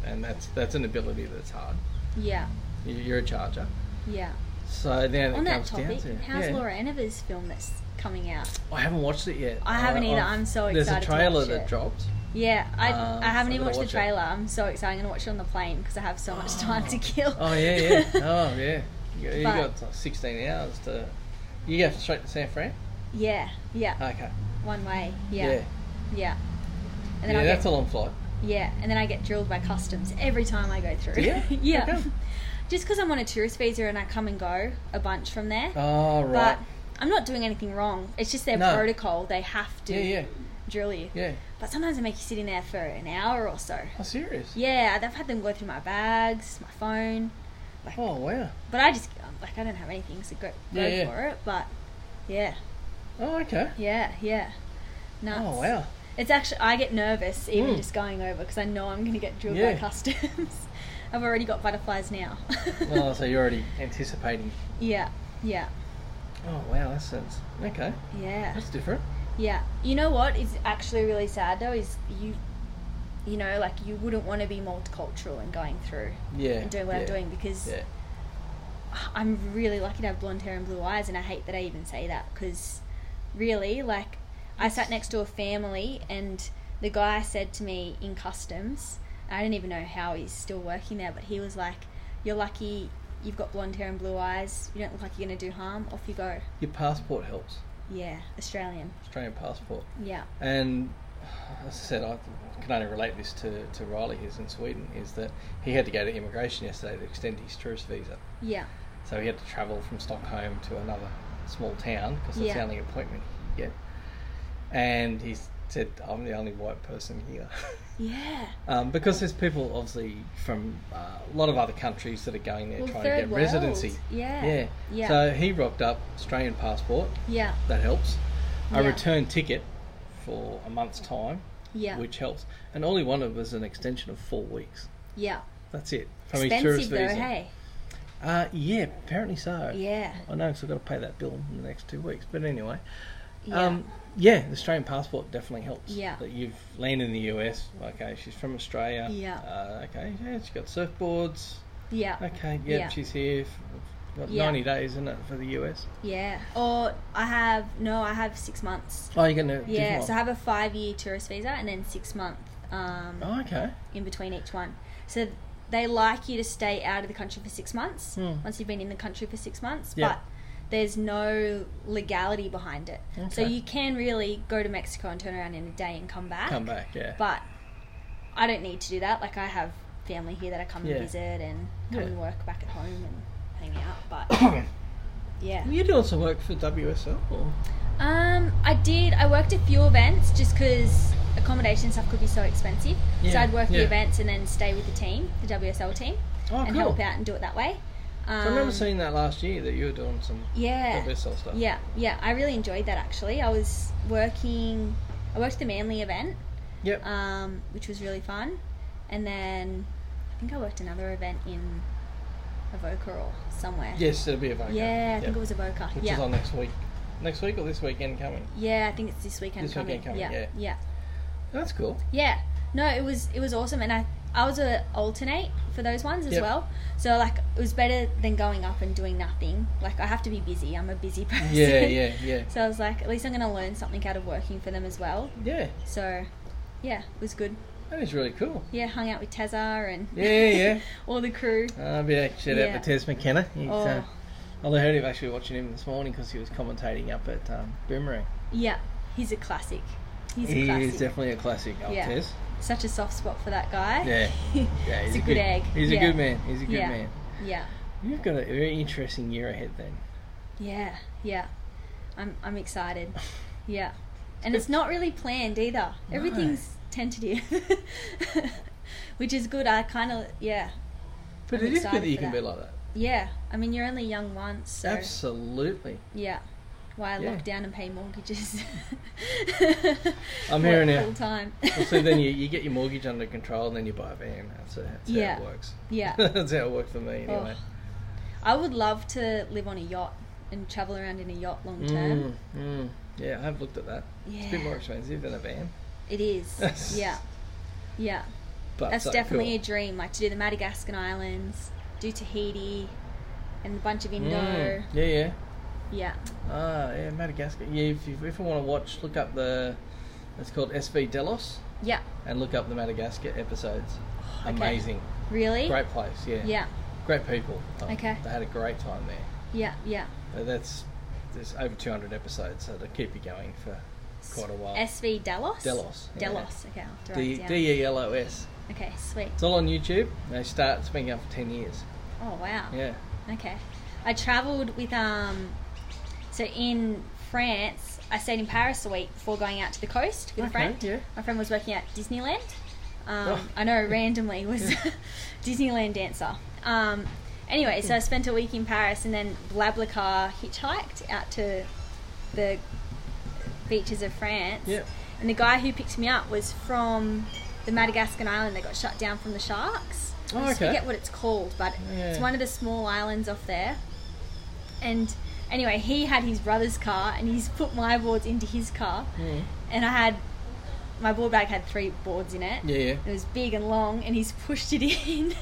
S2: and that's that's an ability that's hard.
S3: Yeah.
S2: You- You're a charger.
S3: Yeah.
S2: So then
S3: on
S2: it
S3: that
S2: comes
S3: topic,
S2: down to
S3: how's
S2: yeah.
S3: Laura Enover's film that's coming out?
S2: I haven't watched it yet.
S3: I haven't either.
S2: I've-
S3: I'm so excited
S2: There's a
S3: to
S2: trailer
S3: watch
S2: that
S3: it.
S2: dropped.
S3: Yeah, I,
S2: Um,
S3: I haven't
S2: so
S3: even
S2: I'm gonna
S3: watched the
S2: watch it.
S3: trailer. I'm so excited. I'm going to watch it on the plane because I have so much
S2: <gasps>
S3: time to kill.
S2: Oh yeah,
S3: <laughs>
S2: yeah. oh yeah. You, you
S3: But-
S2: got like, 16 hours to. You go straight to San Fran.
S3: yeah, yeah,
S2: Okay.
S3: one way. Yeah, yeah. And then
S2: yeah,
S3: I
S2: that's
S3: get,
S2: a long flight.
S3: yeah, and then I get drilled by customs every time I go through.
S2: Yeah?
S3: <laughs> yeah.
S2: Okay.
S3: Just because I'm on a tourist visa and I come and go a bunch from there.
S2: Oh, right.
S3: But I'm not doing anything wrong. It's just their
S2: No.
S3: protocol. They have to
S2: yeah, yeah,
S3: drill you.
S2: yeah.
S3: But sometimes they make you sit in there for an hour or so.
S2: Oh, serious?
S3: Yeah, they've had them go through my bags, my phone.
S2: Oh, wow.
S3: But I just, I'm like, I don't have anything, so go, go
S2: Yeah, yeah.
S3: for it. But yeah,
S2: Oh, okay.
S3: yeah, yeah. Nuts.
S2: Oh, wow.
S3: <laughs> It's actually, I get nervous even
S2: Mm.
S3: just going over because I know I'm going to get drilled by
S2: Yeah.
S3: customs. <laughs> I've already got butterflies now. <laughs>
S2: Oh, so you're already anticipating.
S3: yeah, yeah,
S2: Oh, wow. That's, that's okay.
S3: yeah.
S2: That's different.
S3: Yeah. You know what is actually really sad though is you you know, like you wouldn't want to be multicultural and going through
S2: Yeah.
S3: and doing what
S2: yeah,
S3: I'm doing because
S2: Yeah.
S3: I'm really lucky to have blonde hair and blue eyes and I hate that I even say that because really like I sat next to a family and the guy said to me in customs, I don't even know how he's still working there, but he was like, "You're lucky you've got blonde hair and blue eyes. You don't look like you're going to do harm. Off you go."
S2: Your passport helps.
S3: Yeah, Australian.
S2: Australian passport.
S3: Yeah.
S2: And as I said, I can only relate this to, to Riley, who's in Sweden, is that he had to go to immigration yesterday to extend his tourist visa.
S3: Yeah.
S2: So he had to travel from Stockholm to another small town because that's the
S3: Yeah.
S2: only appointment he could get. And he said, I'm the only white person here. <laughs>
S3: Yeah.
S2: Um, because there's people obviously from uh, a lot of other countries that are going there
S3: Well,
S2: trying to
S3: third
S2: get
S3: world.
S2: residency.
S3: Yeah.
S2: Yeah.
S3: Yeah.
S2: So he rocked up Australian passport.
S3: Yeah.
S2: That helps. A
S3: Yeah.
S2: return ticket for a month's time,
S3: Yeah.
S2: which helps. And all he wanted was an extension of four weeks.
S3: yeah.
S2: That's it from his
S3: Expensive
S2: tourist
S3: though,
S2: visa.
S3: hey.
S2: Uh, yeah, apparently so.
S3: Yeah.
S2: I know because I've got to pay that bill in the next two weeks. But anyway,
S3: Yeah.
S2: um, yeah, the Australian passport definitely helps.
S3: Yeah.
S2: That you've landed in the US. Okay, she's from Australia.
S3: Yeah.
S2: Uh, okay, yeah, she's got surfboards.
S3: yeah.
S2: Okay, yep,
S3: Yeah.
S2: she's here. f- Got
S3: Yeah.
S2: 90 days, isn't it, for the US?
S3: Yeah. Or I have no, I have six months.
S2: Oh, you're going to.
S3: Yeah. So I have a five year tourist visa and then six month um,
S2: Oh, okay.
S3: in between each one. So they like you to stay out of the country for six months
S2: Hmm.
S3: once you've been in the country for six months,
S2: Yeah.
S3: but there's no legality behind it. So
S2: Okay.
S3: you can really go to Mexico and turn around in a day and come back.
S2: Come back, yeah.
S3: But I don't need to do that. Like I have family here that I come
S2: Yeah.
S3: and visit and come
S2: Yeah.
S3: and work back at home and hang out.
S2: <coughs>
S3: But yeah.
S2: you do also work for WSL? Or?
S3: Um, I did. I worked a few events just because accommodation and stuff could be so expensive. so
S2: Yeah,
S3: I'd work
S2: yeah.
S3: the events and then stay with the team, the WSL team,
S2: Oh,
S3: and
S2: cool.
S3: help out and do it that way.
S2: So
S3: Um,
S2: I remember seeing that last year that you were doing some
S3: Yeah.
S2: WSL stuff.
S3: Yeah, yeah. I really enjoyed that actually. I was working. I worked the Manly event,
S2: Yep.
S3: um, which was really fun, and then I think I worked another event in Avoca or somewhere.
S2: yes, it'll be a vocal.
S3: Yeah, I
S2: Yep.
S3: think it was Avoca.
S2: Which
S3: yeah.
S2: is on next week. Next week or this weekend coming?
S3: yeah, I think it's this weekend
S2: This
S3: coming.
S2: weekend coming, yeah.
S3: yeah.
S2: That's cool.
S3: Yeah. No, it was it was awesome, and I I was a alternate for those ones as
S2: Yep.
S3: well. So like it was better than going up and doing nothing. Like I have to be busy. I'm a busy <laughs> person.
S2: Yeah, yeah, yeah.
S3: So I was like, at least I'm going to learn something out of working for them as well.
S2: Yeah,
S3: So, yeah, it was good.
S2: that is really cool.
S3: Yeah, hung out with Tazar and
S2: Yeah, yeah.
S3: <laughs> all the crew.
S2: I'll be actually yeah.
S3: Yeah.
S2: out with Tez McKenna. He's,
S3: Oh.
S2: uh, I heard him actually watching him this morning because he was commentating up at um, Boomerang.
S3: Yeah, he's a classic. He's a
S2: he
S3: classic.
S2: is definitely a classic. Oh,
S3: Yeah.
S2: Tez.
S3: Such a soft spot for that guy. <laughs>
S2: Yeah. Yeah,
S3: he's, a, good egg.
S2: He's
S3: Yeah.
S2: a good man. He's a good
S3: Yeah.
S2: man.
S3: Yeah,
S2: You've got a very interesting year ahead then. <laughs>
S3: yeah, yeah. I'm I'm excited. Yeah, and it's not really planned either. Everything's tentative, <laughs> which is good. I kind of yeah
S2: But
S3: I'm
S2: it is good
S3: excited
S2: that you
S3: for
S2: can be
S3: that.
S2: like that.
S3: yeah. I mean, you're only young once, so
S2: Absolutely.
S3: yeah. Why
S2: Yeah.
S3: lock down and pay mortgages?
S2: <laughs> I'm
S3: Work
S2: hearing now.
S3: Full time.
S2: <laughs> Well, so then you, you get your mortgage under control and then you buy a van. That's, it. that's
S3: Yeah.
S2: how it works. <laughs>
S3: Yeah.
S2: that's how it worked for me
S3: Oh,
S2: anyway.
S3: I would love to live on a yacht and travel around in a yacht long term.
S2: Mm, mm. Yeah, I've looked at that.
S3: Yeah,
S2: It's a bit more expensive than a van. <laughs>
S3: it is. <laughs> yeah, yeah.
S2: But
S3: That's
S2: so
S3: definitely
S2: cool.
S3: a dream. Like to do the Madagascan islands, do Tahiti, and a bunch of Indo.
S2: Mm, Yeah, yeah.
S3: Yeah,
S2: Ah, yeah, Madagascar. Yeah, if you, if you want to watch, look up the. It's called SV Delos
S3: yeah.
S2: and look up the Madagascar episodes.
S3: okay.
S2: Amazing.
S3: Really?
S2: Great place, yeah.
S3: Yeah,
S2: Great people. Um,
S3: Okay.
S2: They had a great time there.
S3: yeah, yeah.
S2: But Uh, that's. There's over 200 episodes, so they'll keep you going for quite a while.
S3: SV Delos.
S2: Delos, yeah.
S3: Delos. Okay, I'll have to write
S2: D
S3: it down.
S2: D E L O S.
S3: okay, sweet.
S2: It's all on YouTube. They start. It's been going for 10 years.
S3: Oh wow.
S2: Yeah.
S3: Okay. I travelled with um so in France, I stayed in Paris a week before going out to the coast with a
S2: Okay,
S3: friend.
S2: yeah.
S3: My friend was working at Disneyland. Um,
S2: Oh.
S3: I know randomly was
S2: Yeah.
S3: <laughs> Disneyland dancer. Um, anyway, so I spent a week in Paris and then Blablacar hitchhiked out to the beaches of France.
S2: Yeah.
S3: And the guy who picked me up was from the Madagascan island that got shut down from the sharks.
S2: Oh,
S3: I just
S2: okay.
S3: forget what it's called, but it's
S2: Yeah.
S3: one of the small islands off there. And anyway, he had his brother's car and he's put my boards into his car.
S2: Mm.
S3: And I had my board bag had three boards in it.
S2: Yeah, yeah.
S3: It was big and long, and he's <laughs> pushed it in,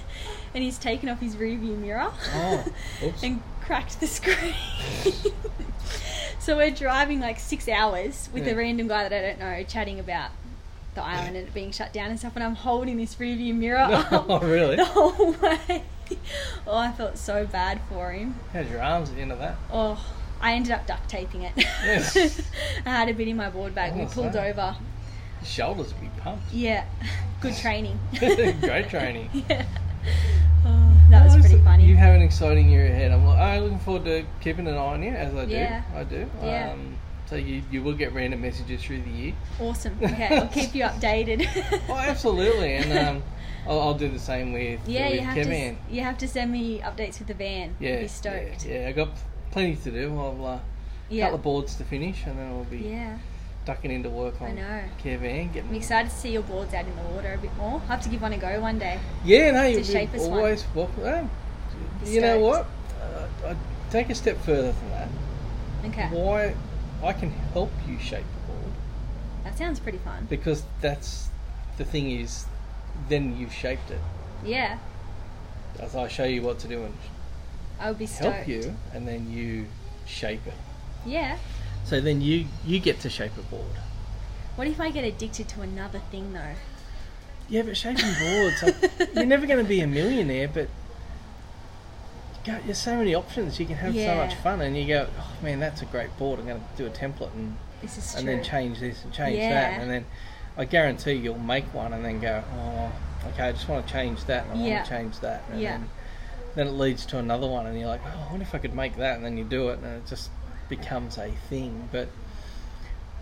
S3: and he's taken off his rearview mirror,
S2: Oh, oops.
S3: <laughs> and cracked the screen. <laughs> so we're driving like six hours with
S2: Yeah.
S3: a random guy that I don't know, chatting about the island and it being shut down and stuff, and I'm holding this
S2: <laughs>
S3: rearview mirror
S2: Oh,
S3: up
S2: really?
S3: the whole way. Oh, I felt so bad for him.
S2: How's your arms at the end of that?
S3: Oh, I ended up duct taping it.
S2: Yes.
S3: <laughs> I had a bit in my board bag. we
S2: Oh,
S3: pulled
S2: sorry.
S3: over.
S2: Your shoulders would be pumped.
S3: Yeah, <laughs> good training.
S2: <laughs> Great training.
S3: <laughs> Yeah. Oh, that was pretty funny.
S2: You have an exciting year ahead. I'm, like, I'm looking forward to keeping an eye on you, as I do.
S3: Yeah.
S2: I do.
S3: Yeah.
S2: Um, So you, you will get random messages through the year. <laughs>
S3: Awesome. Okay, I'll keep you updated.
S2: Oh, absolutely. And
S3: <laughs>
S2: um, I'll, I'll do the same with,
S3: yeah,
S2: with
S3: you have
S2: Kevin.
S3: to. You have to send me updates with the van.
S2: yeah,
S3: be stoked.
S2: Yeah, yeah, I got plenty to do. I'll uh,
S3: Yeah.
S2: couple of boards to finish, and then I'll be
S3: Yeah.
S2: ducking into work
S3: I
S2: on
S3: know.
S2: Caravan. Getting
S3: I'm excited to see your boards out in the water a bit more. I'll have to give one a go one day.
S2: Yeah, no, you'll
S3: shape
S2: be
S3: us one.
S2: always welcome. Oh,
S3: Be
S2: you know what?
S3: stoked.
S2: Uh, I take a step further than that.
S3: Okay.
S2: Why I can help you shape the board
S3: That sounds pretty fun.
S2: because that's the thing is, then you've shaped it.
S3: Yeah.
S2: As I show you what to do and
S3: I would be stoked.
S2: help you, and then you shape it.
S3: Yeah.
S2: So then you you get to shape a board.
S3: What if I get addicted to another thing though?
S2: Yeah, but shaping boards, like, you're never going to be a millionaire, but you got, there's so many options. You can have so much
S3: Yeah.
S2: fun, and you go, oh man, that's a great board. I'm going to do a template and,
S3: This is
S2: and
S3: true.
S2: then change this and change
S3: Yeah.
S2: that. And then I guarantee you'll make one and then go, oh, okay, I just want to change that and I
S3: Yeah.
S2: want to change that. And
S3: Yeah.
S2: then, then it leads to another one, and you're like, oh, I wonder if I could make that. And then you do it, and it just becomes a thing. But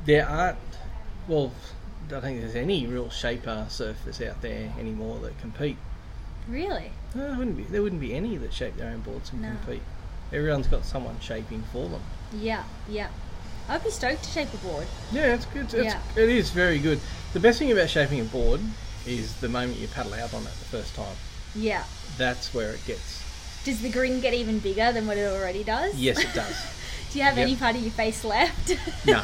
S2: there aren't, well, I don't think there's any real shaper surfers out there anymore that compete.
S3: Really?
S2: No, there wouldn't be, there wouldn't be any that shape their own boards and
S3: No.
S2: compete. Everyone's got someone shaping for them.
S3: Yeah. Yeah. I'd be stoked to shape a board.
S2: Yeah, it's good. It's,
S3: Yeah.
S2: It is very good. The best thing about shaping a board is the moment you paddle out on it the first time.
S3: Yeah.
S2: That's where it gets.
S3: Does the grin get even bigger than what it already does?
S2: Yes,
S3: <laughs>
S2: it does.
S3: Do you have
S2: Yep.
S3: any part of your face left?
S2: <laughs> No.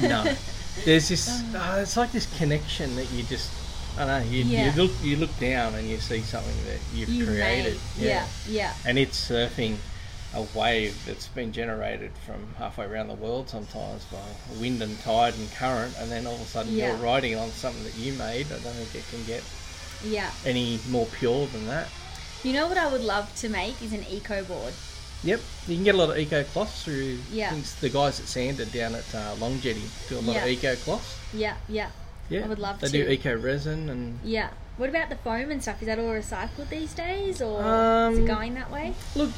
S2: no.
S3: <laughs>
S2: There's this. ah, it's like this connection that you just. I don't know. You,
S3: Yeah.
S2: you look. You look down and you see something that you've
S3: You've
S2: created.
S3: made. Yeah. Yeah.
S2: And it's surfing a wave that's been generated from halfway around the world sometimes by wind and tide and current, and then all of a sudden you're
S3: Yeah.
S2: riding on something that you made. I don't think it can get
S3: Yeah.
S2: any more pure than that.
S3: You know what I would love to make is an eco board.
S2: Yep, you can get a lot of eco cloths through
S3: Yeah.
S2: things. The guys at Sanded down at uh, Long Jetty do a lot of
S3: Yeah.
S2: eco cloths.
S3: Yeah. Yeah.
S2: Yeah,
S3: I would love
S2: they
S3: to.
S2: do eco resin and
S3: Yeah. What about the foam and stuff? Is that all recycled these days, or is
S2: Um,
S3: it going that way?
S2: look.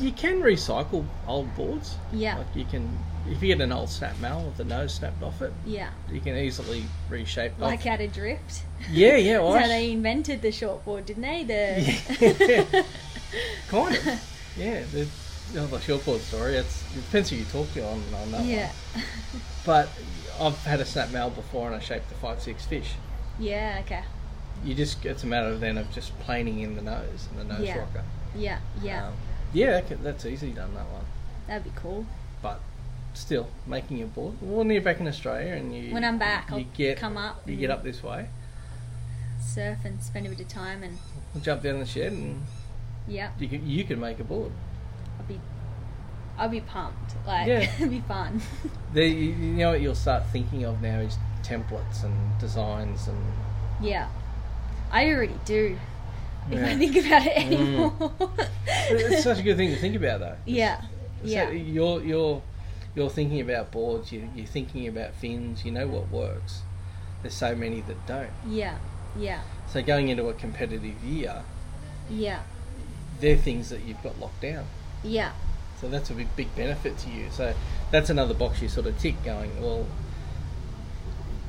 S2: You can recycle old boards.
S3: Yeah.
S2: Like you can, if you get an old snap mal with the nose snapped off it,
S3: Yeah.
S2: you can easily reshape. it
S3: Like
S2: off.
S3: out of drift.
S2: <laughs> yeah, yeah, well,
S3: That's how they invented the shortboard, didn't they?
S2: Yeah.
S3: The
S2: kind
S3: <laughs>
S2: of. <laughs> Yeah, the, oh, the shortboard story. It's it depends who you talk to on on that one.
S3: yeah,
S2: But I've had a snap mal before, and I shaped the five six fish.
S3: yeah, okay,
S2: you just it's a matter then of just planing in the nose and the nose
S3: Yeah.
S2: rocker.
S3: yeah, yeah.
S2: Um, yeah, that could, that's easily done that one.
S3: That'd be cool.
S2: But still, making your board. When you're back in Australia and you
S3: When I'm back,
S2: you
S3: I'll
S2: get
S3: come up,
S2: You
S3: and
S2: get up this way,
S3: surf, and spend a bit of time, and
S2: jump down the shed, and
S3: yeah,
S2: you can, you can make a board.
S3: I'll be, I'll be pumped. Like, <laughs>
S2: Yeah.
S3: it'd be fun.
S2: The, you you know what you'll start thinking of now is templates and designs and
S3: yeah, I already do. If I
S2: Yeah.
S3: think about it
S2: Mm.
S3: anymore.
S2: it's
S3: <laughs>
S2: e- such a good thing to think about though.
S3: yeah,
S2: So
S3: yeah,
S2: you're you're you're thinking about boards. You, you're thinking about fins. You know what works. There's so many that don't.
S3: yeah, yeah,
S2: So going into a competitive year,
S3: yeah,
S2: they're things that you've got locked down.
S3: yeah,
S2: So that's a big, big benefit to you. So that's another box you sort of tick going, well,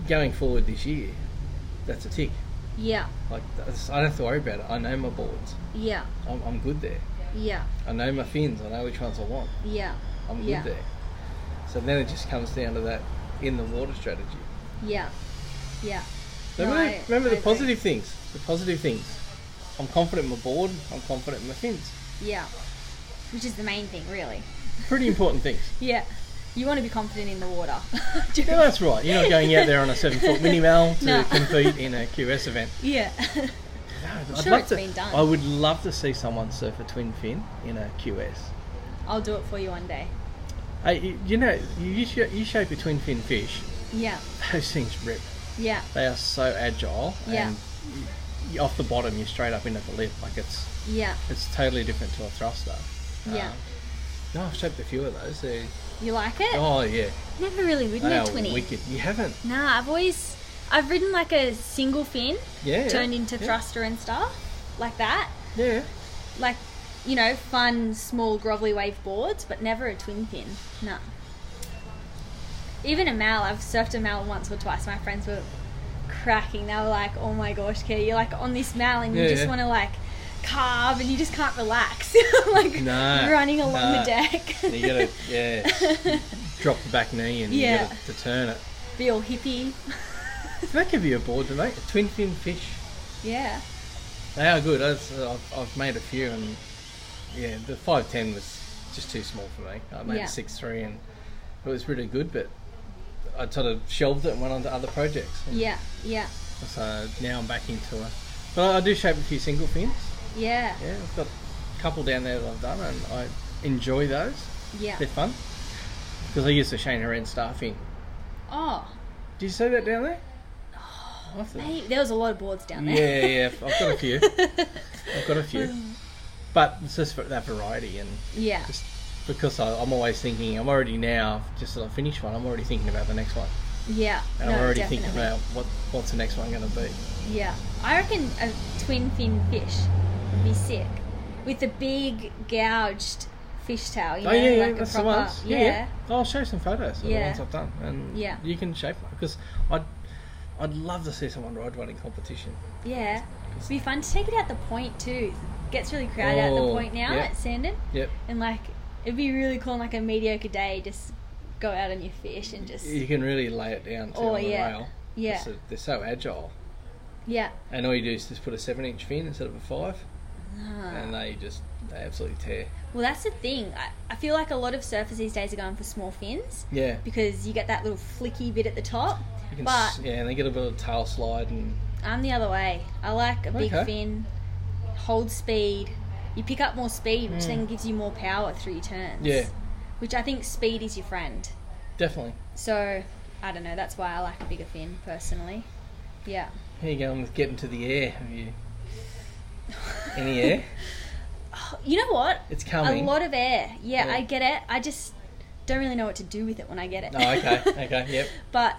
S2: going forward this year, that's a tick.
S3: yeah,
S2: Like, that's, I don't have to worry about it. I know my boards.
S3: yeah,
S2: I'm, I'm good there.
S3: yeah,
S2: I know my fins. I know which ones I want.
S3: yeah,
S2: I'm
S3: Yeah.
S2: good there. So then it just comes down to that in the water strategy.
S3: yeah, yeah.
S2: So
S3: No,
S2: remember,
S3: I-
S2: remember
S3: I
S2: the
S3: agree.
S2: positive things. The positive things. I'm confident in my board. I'm confident in my fins.
S3: Yeah. Which is the main thing, really.
S2: Pretty important things.
S3: Yeah. You want to be confident in the water. <laughs>
S2: Yeah, that's right. You're not going out there on a seven foot mini mal to
S3: No.
S2: compete in a QS event.
S3: yeah. <laughs>
S2: I'd
S3: sure
S2: love
S3: it's
S2: to,
S3: been done.
S2: I would love to see someone surf a twin fin in a QS.
S3: I'll do it for you one day.
S2: Hey, you- you know, you, you sh- you shape a twin fin fish,
S3: Yeah.
S2: those things rip.
S3: Yeah.
S2: They are so agile.
S3: Yeah.
S2: And y- y off the bottom, you're straight up into the lift. Like it's
S3: Yeah.
S2: it's totally different to a thruster.
S3: Yeah.
S2: Um, no, I've shaped a few of those.
S3: <laughs>
S2: They're-
S3: You like it?
S2: oh, yeah.
S3: Never really ridden
S2: They
S3: a
S2: are
S3: twinny.
S2: wicked. You haven't?
S3: Nah, I've always I've ridden like a single fin
S2: Yeah. yeah.
S3: turned into
S2: yeah.
S3: thruster and stuff. Like that.
S2: Yeah.
S3: Like you know, fun small grovelly wave boards, but never a twin fin. Nah. Even a mal, I've surfed a mal once or twice. My friends were cracking. They were like, "Oh my gosh, Kia, you're like on this mal, and you
S2: Yeah,
S3: just
S2: yeah.
S3: want to like carve, and you just can't relax. <laughs> like
S2: No,
S3: running along
S2: no.
S3: the deck.
S2: And you gotta yeah drop the back knee and
S3: Yeah.
S2: you gotta to turn it.
S3: <laughs> be all hippie. <laughs>
S2: That could be a board to make a twin fin fish.
S3: yeah.
S2: They are good. I've, I've, I've made a few, and yeah, the five ten was just too small for me. I made
S3: Yeah.
S2: a six three, and it was really good, but I sort of shelved it and went on to other projects.
S3: Yeah. Yeah.
S2: So now I'm back into it. But I do shape a few single fins.
S3: Yeah.
S2: Yeah, I've got a couple down there that I've done, and I enjoy those.
S3: Yeah.
S2: They're fun because I used the Shane Horan starfin.
S3: Oh,
S2: Did you see that down there? I thought-
S3: hey, there was a lot of boards down
S2: yeah,
S3: there.
S2: yeah, I've got a
S3: <laughs>
S2: few. I've got a few. But it's just for that variety, and
S3: Yeah.
S2: just because I, I'm always thinking, I'm already now, just that I finish one, I'm already thinking about the next one.
S3: Yeah.
S2: And
S3: no,
S2: I'm already
S3: definitely.
S2: thinking about what, what's the next one going to be.
S3: Yeah, I reckon a twin fin fish would be sick with the big gouged fish tail. You know,
S2: oh, yeah,
S3: like
S2: yeah, that's
S3: a proper,
S2: the ones.
S3: Yeah,
S2: I'll show some photos of
S3: Yeah.
S2: the ones I've done. And
S3: Yeah.
S2: you can shape one. Because I'd, I'd love to see someone ride one in competition.
S3: yeah. It'd be fun to take it out the point too. It gets really crowded out at
S2: Oh,
S3: the point now
S2: yeah.
S3: at Sandon,
S2: Yep.
S3: and like it'd be really cool on like a mediocre day, just go out on your fish and just
S2: You can really lay it down too
S3: Oh,
S2: on the
S3: yeah.
S2: rail.
S3: yeah,
S2: So they're so agile.
S3: yeah.
S2: And all you do is just put a 7 inch fin instead of a 5.
S3: Ah.
S2: And they just they absolutely tear.
S3: Well, that's the thing. I, I feel like a lot of surfers these days are going for small fins
S2: Yeah.
S3: because you get that little flicky bit at the top.
S2: You can
S3: But-
S2: s- yeah, and they get a bit of tail slide and
S3: I'm the other way. I like a big
S2: Okay.
S3: fin, hold speed. You pick up more speed, which then gives you more power through your turns.
S2: Hmm. Yeah.
S3: Which I think speed is your friend.
S2: definitely.
S3: So I don't know. That's why I like a bigger fin personally. Yeah.
S2: How you going with getting to the air? Have you
S3: <laughs>
S2: any air?
S3: You know what?
S2: It's coming.
S3: A lot of air. Yeah,
S2: Yeah.
S3: I get it. I just don't really know what to do with it when I get it.
S2: Oh,
S3: <laughs>
S2: okay, okay, yep.
S3: But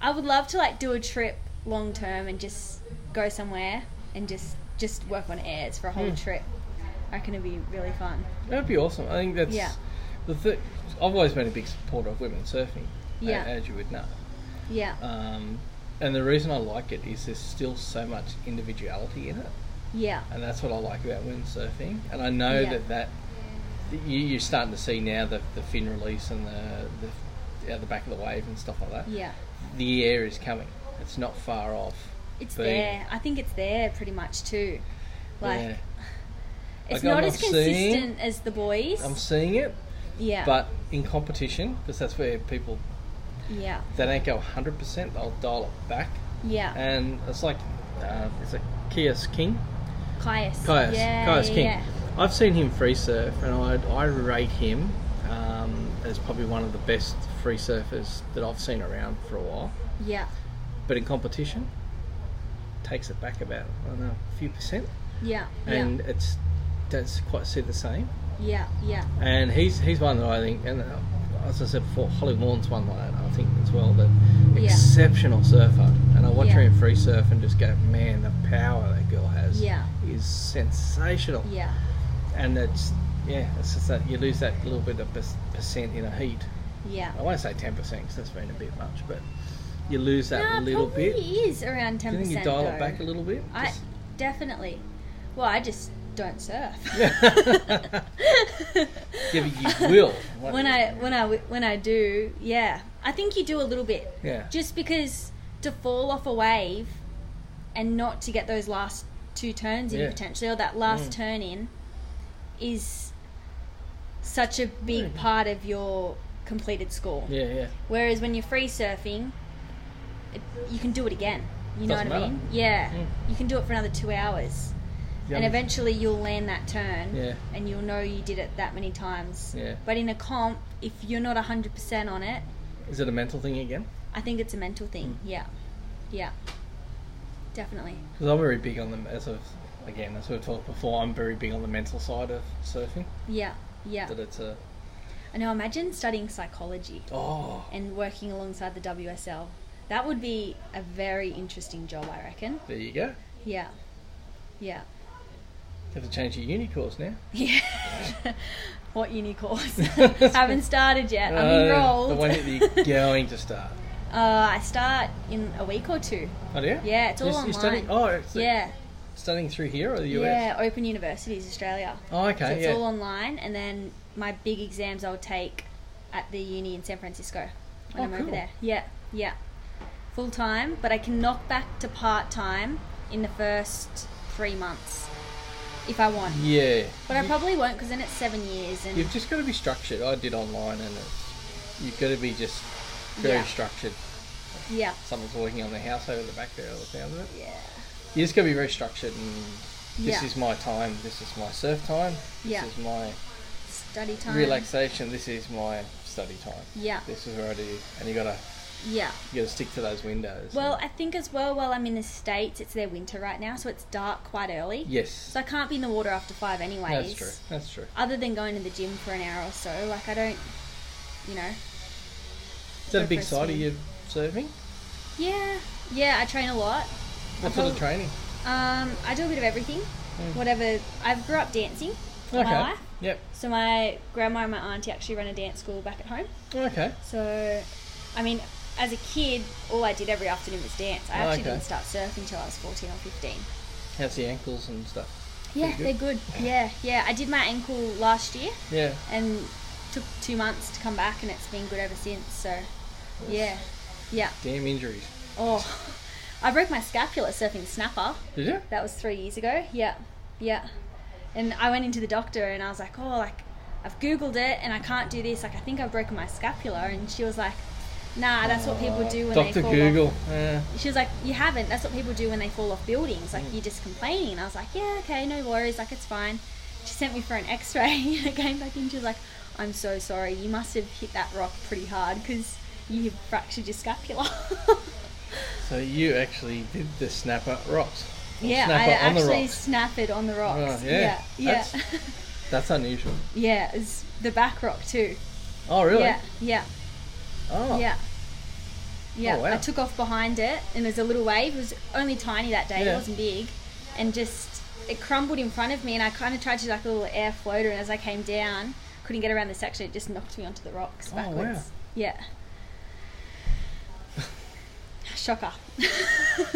S3: I would love to like do a trip long term and just go somewhere and just just work on airs for a
S2: Hmm.
S3: whole trip. I reckon it'd be really fun.
S2: That'd be awesome. I think that's
S3: Yeah.
S2: the th- I've always been a big supporter of women surfing, a-
S3: Yeah.
S2: as you would know.
S3: Yeah.
S2: Um, and the reason I like it is there's still so much individuality in it,
S3: Yeah.
S2: and that's what I like about women surfing. And I know
S3: Yeah.
S2: that that that you, you're starting to see now the, the fin release and the, the out the back of the wave and stuff like that.
S3: Yeah.
S2: The air is coming. It's not far off.
S3: It's
S2: But-
S3: there. I think it's there pretty much too. Like
S2: Yeah.
S3: it's
S2: Like, I'm
S3: not as
S2: not seeing-
S3: consistent as the boys.
S2: I'm seeing it,
S3: yeah.
S2: but in competition, because that's where people
S3: yeah.
S2: they don't go 100%, they'll dial it back.
S3: Yeah.
S2: And it's like, uh, it's like Kias King.
S3: Caius.
S2: Kias.
S3: Yeah,
S2: Kias
S3: yeah,
S2: King.
S3: yeah.
S2: I've seen him free surf and I, I rate him um, as probably one of the best free surfers that I've seen around for a while.
S3: Yeah.
S2: But in competition, takes it back about, I don't know, a few percent.
S3: Yeah. Yeah.
S2: And it's, does quite see the same.
S3: Yeah. Yeah.
S2: And he's he's one that I think, and uh, as I said before, Holly Warren's one like that, I think as well. That
S3: Yeah.
S2: exceptional surfer, and I watch her
S3: Yeah.
S2: in free surf and just go, man, the power that girl has
S3: Yeah.
S2: is sensational.
S3: Yeah.
S2: And it's yeah, it's just that you lose that little bit of per- percent in a heat.
S3: Yeah.
S2: I won't say ten percent because that's been a bit much, but you lose that
S3: no,
S2: little
S3: probably
S2: bit.
S3: is around
S2: Do
S3: ten
S2: you think
S3: percent.
S2: you dial it back a little bit?
S3: I
S2: Just-
S3: definitely. Well, I just don't surf.
S2: <laughs> Yeah. Yeah, but
S3: <laughs>
S2: you will.
S3: when I when I when I do, yeah, I think you do a little bit.
S2: yeah.
S3: Just because to fall off a wave and not to get those last two turns in
S2: Yeah.
S3: potentially or that last
S2: Mm.
S3: turn in is such a big
S2: Yeah.
S3: part of your completed score.
S2: yeah, yeah.
S3: Whereas when you're free surfing, it, you can do it again. You know
S2: Doesn't
S3: what I
S2: matter.
S3: mean? Yeah.
S2: Mm.
S3: You can do it for another two hours.
S2: The
S3: And
S2: other-
S3: eventually you'll land that turn
S2: Yeah.
S3: and you'll know you did it that many times.
S2: Yeah.
S3: But in a comp, if you're not 100% on it,
S2: Is it a mental thing again?
S3: I think it's a mental thing.
S2: Hmm.
S3: Yeah. Yeah. Definitely.
S2: Because I'm very big on the as of again as we've talked before. I'm very big on the mental side of surfing.
S3: Yeah. Yeah.
S2: That it's a
S3: I know, imagine studying psychology
S2: oh
S3: and working alongside the WSL. That would be a very interesting job, I reckon.
S2: there you go.
S3: Yeah. Yeah.
S2: Have to change your uni course now.
S3: Yeah. <laughs> what
S2: <laughs>
S3: uni course? Haven't started yet. I'm
S2: Uh,
S3: enrolled.
S2: The one that
S3: <laughs>
S2: you're going to start.
S3: uh, I start in a week or two.
S2: Oh, yeah?
S3: Yeah, it's all
S2: you're,
S3: online.
S2: You're studying, oh, it's
S3: yeah.
S2: studying through here or the US?
S3: Yeah, Open Universities Australia.
S2: Oh, okay,
S3: So it's
S2: yeah.
S3: all online, and then my big exams I'll take at the uni in San Francisco when
S2: Oh,
S3: I'm over
S2: cool.
S3: there. Yeah, yeah. Full time, but I can knock back to part time in the first three months if I want.
S2: Yeah.
S3: But I
S2: You-
S3: probably won't because then it's seven years and
S2: You've just got to be structured. I did online, and it's, you've got to be just very
S3: Yeah.
S2: structured.
S3: yeah,
S2: Someone's walking on the house over the back there, all the sound of it.
S3: yeah,
S2: You just got to be very structured. And this
S3: Yeah.
S2: is my time. This is my surf time. This
S3: Yeah.
S2: is my
S3: study time.
S2: relaxation. This is my study time.
S3: Yeah.
S2: This is where I do, and you gotta
S3: Yeah.
S2: you gotta stick to those windows.
S3: Well,
S2: and-
S3: I think as well while I'm in the states, it's their winter right now, so it's dark quite early.
S2: yes,
S3: So I can't be in the water after five anyways.
S2: that's true. That's true.
S3: other than going to the gym for an hour or so, like I don't, you know.
S2: Is that a
S3: go
S2: big
S3: for a
S2: side of
S3: swim.
S2: your surfing?
S3: Yeah, yeah, I train a lot.
S2: What sort of
S3: prob-
S2: training?
S3: Um, I do a bit of everything.
S2: Hmm.
S3: Whatever. I grew up dancing all my life.
S2: Yep.
S3: So my grandma and my auntie actually run a dance school back at home.
S2: Okay.
S3: So, I mean, as a kid, all I did every afternoon was dance. I actually
S2: Oh, Okay.
S3: didn't start surfing until I was 14 or 15.
S2: How's the ankles and stuff?
S3: Yeah,
S2: Pretty
S3: they're good. Yeah, yeah. I did my ankle last year
S2: Yeah.
S3: and took two months to come back, and it's been good ever since. So, yeah, yeah.
S2: Damn injuries.
S3: Oh, <laughs> I broke my scapula surfing snapper.
S2: Did you?
S3: That was three years ago. Yeah, yeah. And I went into the doctor and I was like, oh, like I've googled it and I can't do this. Like I think I've broken my scapula. And she was like, nah, that's what people do when
S2: Doctor
S3: they fall
S2: Google.
S3: off.
S2: Yeah.
S3: She was like, you haven't. That's what people do when they fall off buildings.
S2: Mm.
S3: Like you're just complaining. And I was like, yeah, okay, no worries. Like it's fine. She sent me for an X-ray <laughs> and I came back in. She was like, I'm so sorry. You must have hit that rock pretty hard because you have fractured your scapula. <laughs>
S2: So you actually did the snapper rocks. Or
S3: Yeah, I
S2: snapper on the
S3: actually
S2: rocks.
S3: snap it on the rocks.
S2: Oh, yeah.
S3: yeah, yeah, <laughs> yeah.
S2: That's- That's unusual.
S3: it's the back rock too.
S2: Oh really?
S3: Yeah, yeah,
S2: Oh.
S3: yeah. Yeah,
S2: wow.
S3: I took off behind it, and there's a little wave. It was only tiny that day;
S2: Yeah.
S3: it wasn't big, and just it crumbled in front of me. And I kind of tried to do like a little air floater, and as I came down, couldn't get around the section. It just knocked me onto the rocks
S2: Oh, wow.
S3: backwards.
S2: <laughs>
S3: Yeah. Shocker. <laughs>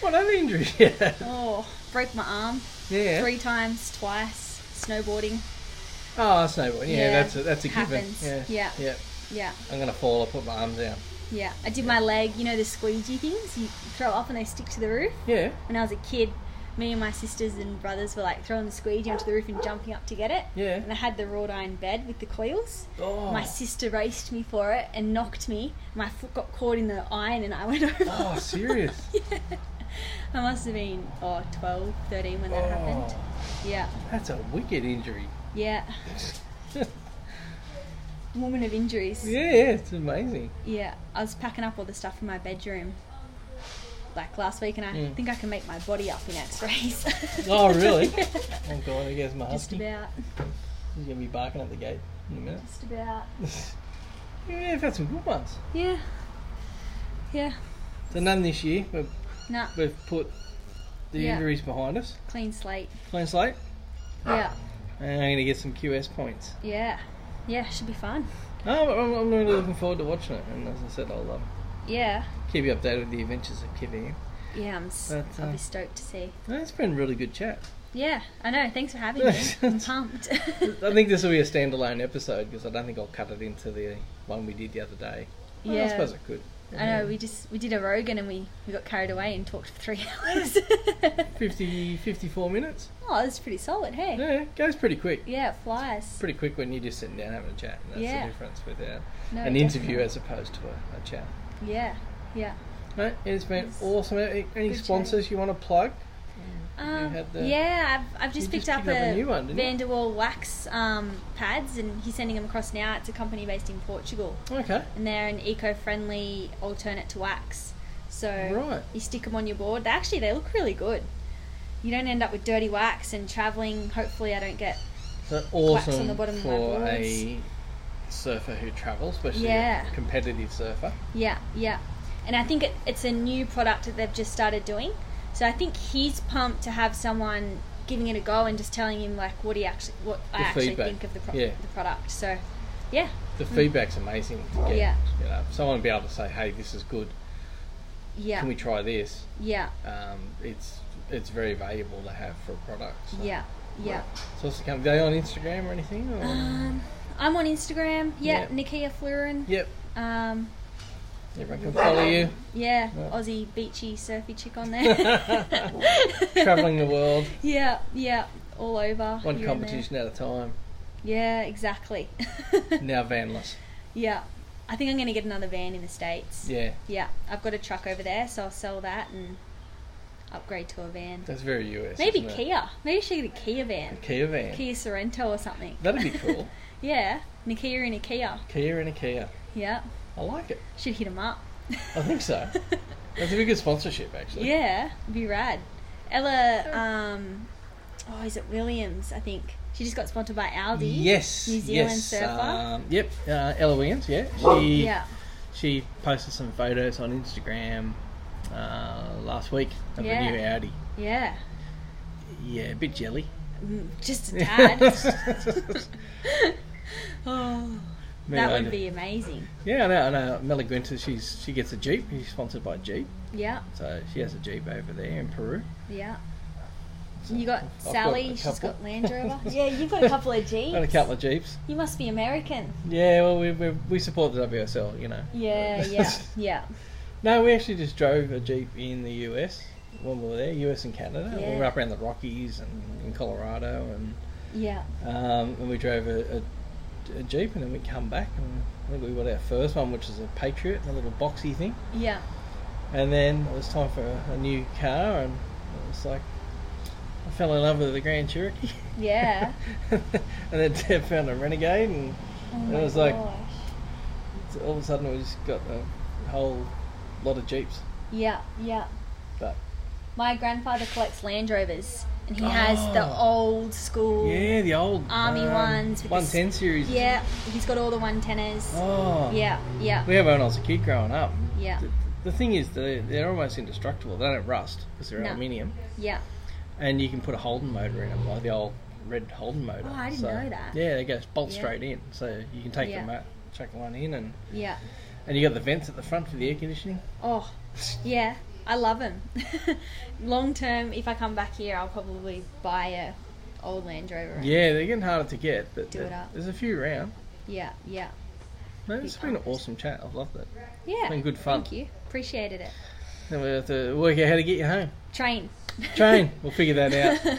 S2: What other injuries? <laughs> Yeah.
S3: oh, broke my arm.
S2: Yeah.
S3: three times, twice, snowboarding.
S2: Oh, snowboard. Yeah,
S3: Yeah,
S2: that's a, that's a
S3: happens.
S2: given.
S3: Yeah.
S2: Yeah. Yeah.
S3: Yeah,
S2: I'm gonna fall. I'll put my arms out.
S3: yeah. I did my leg, you know, the squeegee things you throw up and they stick to the roof.
S2: Yeah.
S3: When I was a kid, me and my sisters and brothers were like throwing the squeegee onto the roof and jumping up to get it.
S2: Yeah.
S3: And I had the wrought iron bed with the coils.
S2: Oh.
S3: My sister raced me for it and knocked me. My foot got caught in the iron and I went <laughs> over.
S2: Oh,
S3: <laughs>
S2: serious?
S3: I must have been, oh, 12, 13 when that happened.
S2: Oh,
S3: Yeah,
S2: that's a wicked
S3: <laughs>
S2: injury.
S3: yeah.
S2: yeah,
S3: Woman of injuries.
S2: yeah, it's amazing.
S3: Yeah, I was packing up all the stuff from my bedroom like last week, and I
S2: Mm.
S3: think I can make my body up in x rays.
S2: Oh, really? Oh god, I guess my
S3: <laughs> Just
S2: husky.
S3: about.
S2: He's gonna be barking at the gate in a minute. <laughs>
S3: Just about.
S2: yeah, we've had some good ones.
S3: Yeah. Yeah.
S2: So none this year. We've,
S3: Nah,
S2: we've put the
S3: Yeah.
S2: injuries behind us.
S3: clean slate.
S2: Clean slate.
S3: Yeah.
S2: And I'm gonna get some QS points.
S3: Yeah. Yeah, should be fun.
S2: Oh, I'm, I'm really looking forward to watching it. And as I said, I'll um,
S3: Yeah.
S2: keep you updated with the adventures of Kevin.
S3: Yeah, I'm s
S2: But,
S3: I'll be
S2: uh,
S3: stoked to see.
S2: No, it's been a really good chat.
S3: Yeah, I know. Thanks
S2: <laughs>
S3: for having me. I'm pumped.
S2: I think this will be a standalone episode because I don't think I'll cut it into the one we did the other day. Well, I
S3: <laughs> Yeah.
S2: suppose I could.
S3: I know, we just we did a Rogan and we, we got carried away and talked for three <laughs> hours.
S2: 50, 54 minutes.
S3: <laughs> oh, that's pretty solid, hey? Yeah,
S2: Yeah, it goes pretty quick.
S3: it flies.
S2: Pretty quick when you're just sitting down having a chat. And that's
S3: Yeah.
S2: the difference with uh,
S3: No,
S2: an interview
S3: definitely.
S2: as opposed to a, a chat.
S3: Yeah, yeah.
S2: Mate, it's been
S3: Yes.
S2: awesome. Any any
S3: Good chat.
S2: sponsors you want to plug?
S3: Um,
S2: had the-
S3: yeah, I've, I've just
S2: You
S3: picked
S2: just
S3: up,
S2: picked up
S3: a,
S2: a new one, didn't you?
S3: Van der Waal wax um, pads, and he's sending them across now. It's a company based in Portugal,
S2: Okay.
S3: and they're an eco-friendly alternate to wax. So
S2: Right.
S3: you stick them on your board. They actually they look really good. You don't end up with dirty wax and traveling. Hopefully, I don't get
S2: So
S3: Claps on
S2: awesome
S3: the bottom of my
S2: for
S3: boards.
S2: a surfer who travels, especially
S3: Yeah.
S2: a competitive surfer.
S3: yeah, yeah. And I think it, it's a new product that they've just started doing. So I think he's pumped to have someone giving it a go and just telling him like what he actually what I
S2: The
S3: actually
S2: feedback,
S3: think of the pro-
S2: yeah.
S3: the product. So yeah,
S2: The feedback's amazing to get.
S3: Yeah.
S2: You know, someone to be able to say, "Hey, this is good.
S3: yeah,
S2: Can we try this?"
S3: yeah,
S2: Um, it's it's very valuable to have for a product. So.
S3: yeah, yeah.
S2: So what's the company? Are they on Instagram or anything? Or?
S3: Um, I'm on Instagram. Yeah,
S2: Yeah.
S3: Nikia Flurin.
S2: yep.
S3: Um,
S2: Everyone can follow you.
S3: yeah,
S2: Yeah.
S3: Aussie beachy surfy chick on there.
S2: <laughs> Traveling the world,
S3: Yeah, yeah, all over.
S2: one
S3: here and there.
S2: competition at a time.
S3: Yeah, exactly. <laughs>
S2: Now vanless.
S3: yeah, I think I'm going to get another van in the states.
S2: Yeah,
S3: Yeah, I've got a truck over there, so I'll sell that and upgrade to a van.
S2: that's very US.
S3: Maybe
S2: isn't it?
S3: Kia. Maybe she get a Kia van.
S2: Kia van.
S3: Kia Sorrento or something.
S2: That'd be cool.
S3: <laughs> yeah, and a Kia and a Kia.
S2: Kia and a Kia.
S3: Yeah,
S2: I like it.
S3: should hit 'em up.
S2: I think so. That's a big good sponsorship, actually.
S3: <laughs> Yeah, it'd be rad. Ella, um, oh, is it Williams? I think she just got sponsored by Aldi.
S2: Yes.
S3: New Zealand
S2: yes.
S3: surfer.
S2: Um, yep. Uh, Ella Williams. Yeah. She
S3: yeah,
S2: she posted some photos on Instagram uh, last week of
S3: Yeah.
S2: the new Audi.
S3: yeah,
S2: Yeah, a bit jelly.
S3: Mm, just a
S2: <laughs>
S3: tad. <laughs> oh, that would be amazing.
S2: Yeah, I know. I know. Mela Gwinter, she's she gets a Jeep. She's sponsored by Jeep,
S3: Yeah,
S2: so she has a Jeep over there in Peru.
S3: yeah. You got
S2: got
S3: Sally,
S2: a
S3: she's
S2: couple.
S3: got Land
S2: <laughs>
S3: Rover. yeah, you've got a couple of Jeeps.
S2: Got a couple of Jeeps.
S3: You must be American.
S2: Yeah, well, we, we, we support the WSL, you know.
S3: Yeah,
S2: <laughs>
S3: yeah, yeah.
S2: No, we actually just drove a Jeep in the US when we were there, US and Canada. We were
S3: Yeah.
S2: up around the Rockies and in Colorado, and,
S3: Yeah,
S2: um, and we drove a, a, a Jeep, and then we come back, and I think we got our first one, which is a Patriot, a little boxy thing.
S3: yeah,
S2: And then it was time for a, a new car, and it was like, I fell in love with the Grand Cherokee. <laughs>
S3: yeah.
S2: and then <laughs> Deb found a Renegade, and
S3: Oh
S2: It
S3: my
S2: was like-
S3: gosh.
S2: all of a sudden we just got a whole lot of Jeeps.
S3: Yeah, yeah.
S2: But
S3: My grandfather collects Land Rovers, and he has the
S2: Oh.
S3: old school.
S2: Yeah, the old um,
S3: Army ones with the
S2: one ten series.
S3: Yeah, he's got all the one tenors.
S2: Oh.
S3: Yeah, yeah,
S2: We have one when I was a kid growing up.
S3: yeah,
S2: The, the thing is, they they're almost indestructible. They don't rust because they're
S3: No.
S2: aluminium,
S3: yeah.
S2: and you can put a Holden motor in them, like the old red Holden motor.
S3: Oh, I didn't
S2: So-
S3: know that.
S2: Yeah, they go bolt
S3: Yeah.
S2: straight in, so you can take
S3: Yeah.
S2: them out, chuck one in, and
S3: Yeah.
S2: and you got the vents at the front for the air conditioning.
S3: Oh, yeah. I love them. <laughs> Long term, if I come back here, I'll probably buy a old Land Rover.
S2: Yeah, they're getting harder to get, but
S3: Do
S2: there-
S3: it up.
S2: there's a few around.
S3: yeah, yeah,
S2: No, it's been an awesome chat. I've loved it.
S3: yeah.
S2: Been good fun.
S3: Thank you. Appreciated it.
S2: Then we have to work out how to get you home.
S3: Train. <laughs>
S2: Train. we'll figure that out.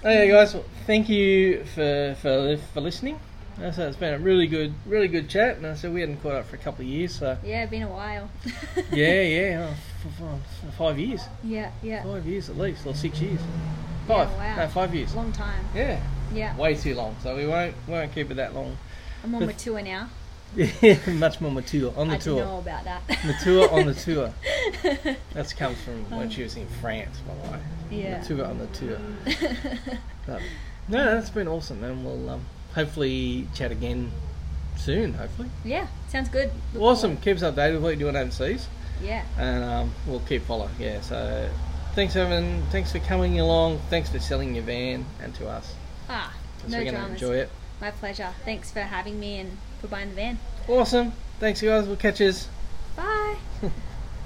S2: Okay, guys. Well, thank you for for for listening. Uh, So it's been a really good, really good chat. And I said we hadn't caught up for a couple of years. So
S3: yeah, been a while. <laughs>
S2: yeah, yeah, oh, f- f- f- five years,
S3: Yeah, yeah.
S2: five years at least, or six years, five,
S3: wow.
S2: no, five years.
S3: Long time.
S2: Yeah,
S3: Yeah.
S2: way too long. So we won't won't keep it that long.
S3: I'm on my tour now.
S2: <laughs> Much more mature on the
S3: I didn't know
S2: tour.
S3: about that.
S2: Mature on the
S3: <laughs>
S2: tour. That comes from when she was in France, by the way.
S3: yeah.
S2: The tour <laughs> on the
S3: <laughs>
S2: tour. But, no, that's been awesome, and we'll um, hopefully chat again soon. Hopefully,
S3: yeah. Sounds good. Look
S2: awesome. Keep us updated with what you're doing overseas,
S3: forward- Yeah.
S2: and um, we'll keep follow. Yeah. So, thanks, Evan. Thanks for coming along. Thanks for selling your van and to us.
S3: Ah,
S2: 'cause
S3: no
S2: we're gonna
S3: dramas.
S2: enjoy it.
S3: My pleasure. Thanks for having me and for buying the van.
S2: Awesome. Thanks, you guys. We'll catch you.
S3: Bye.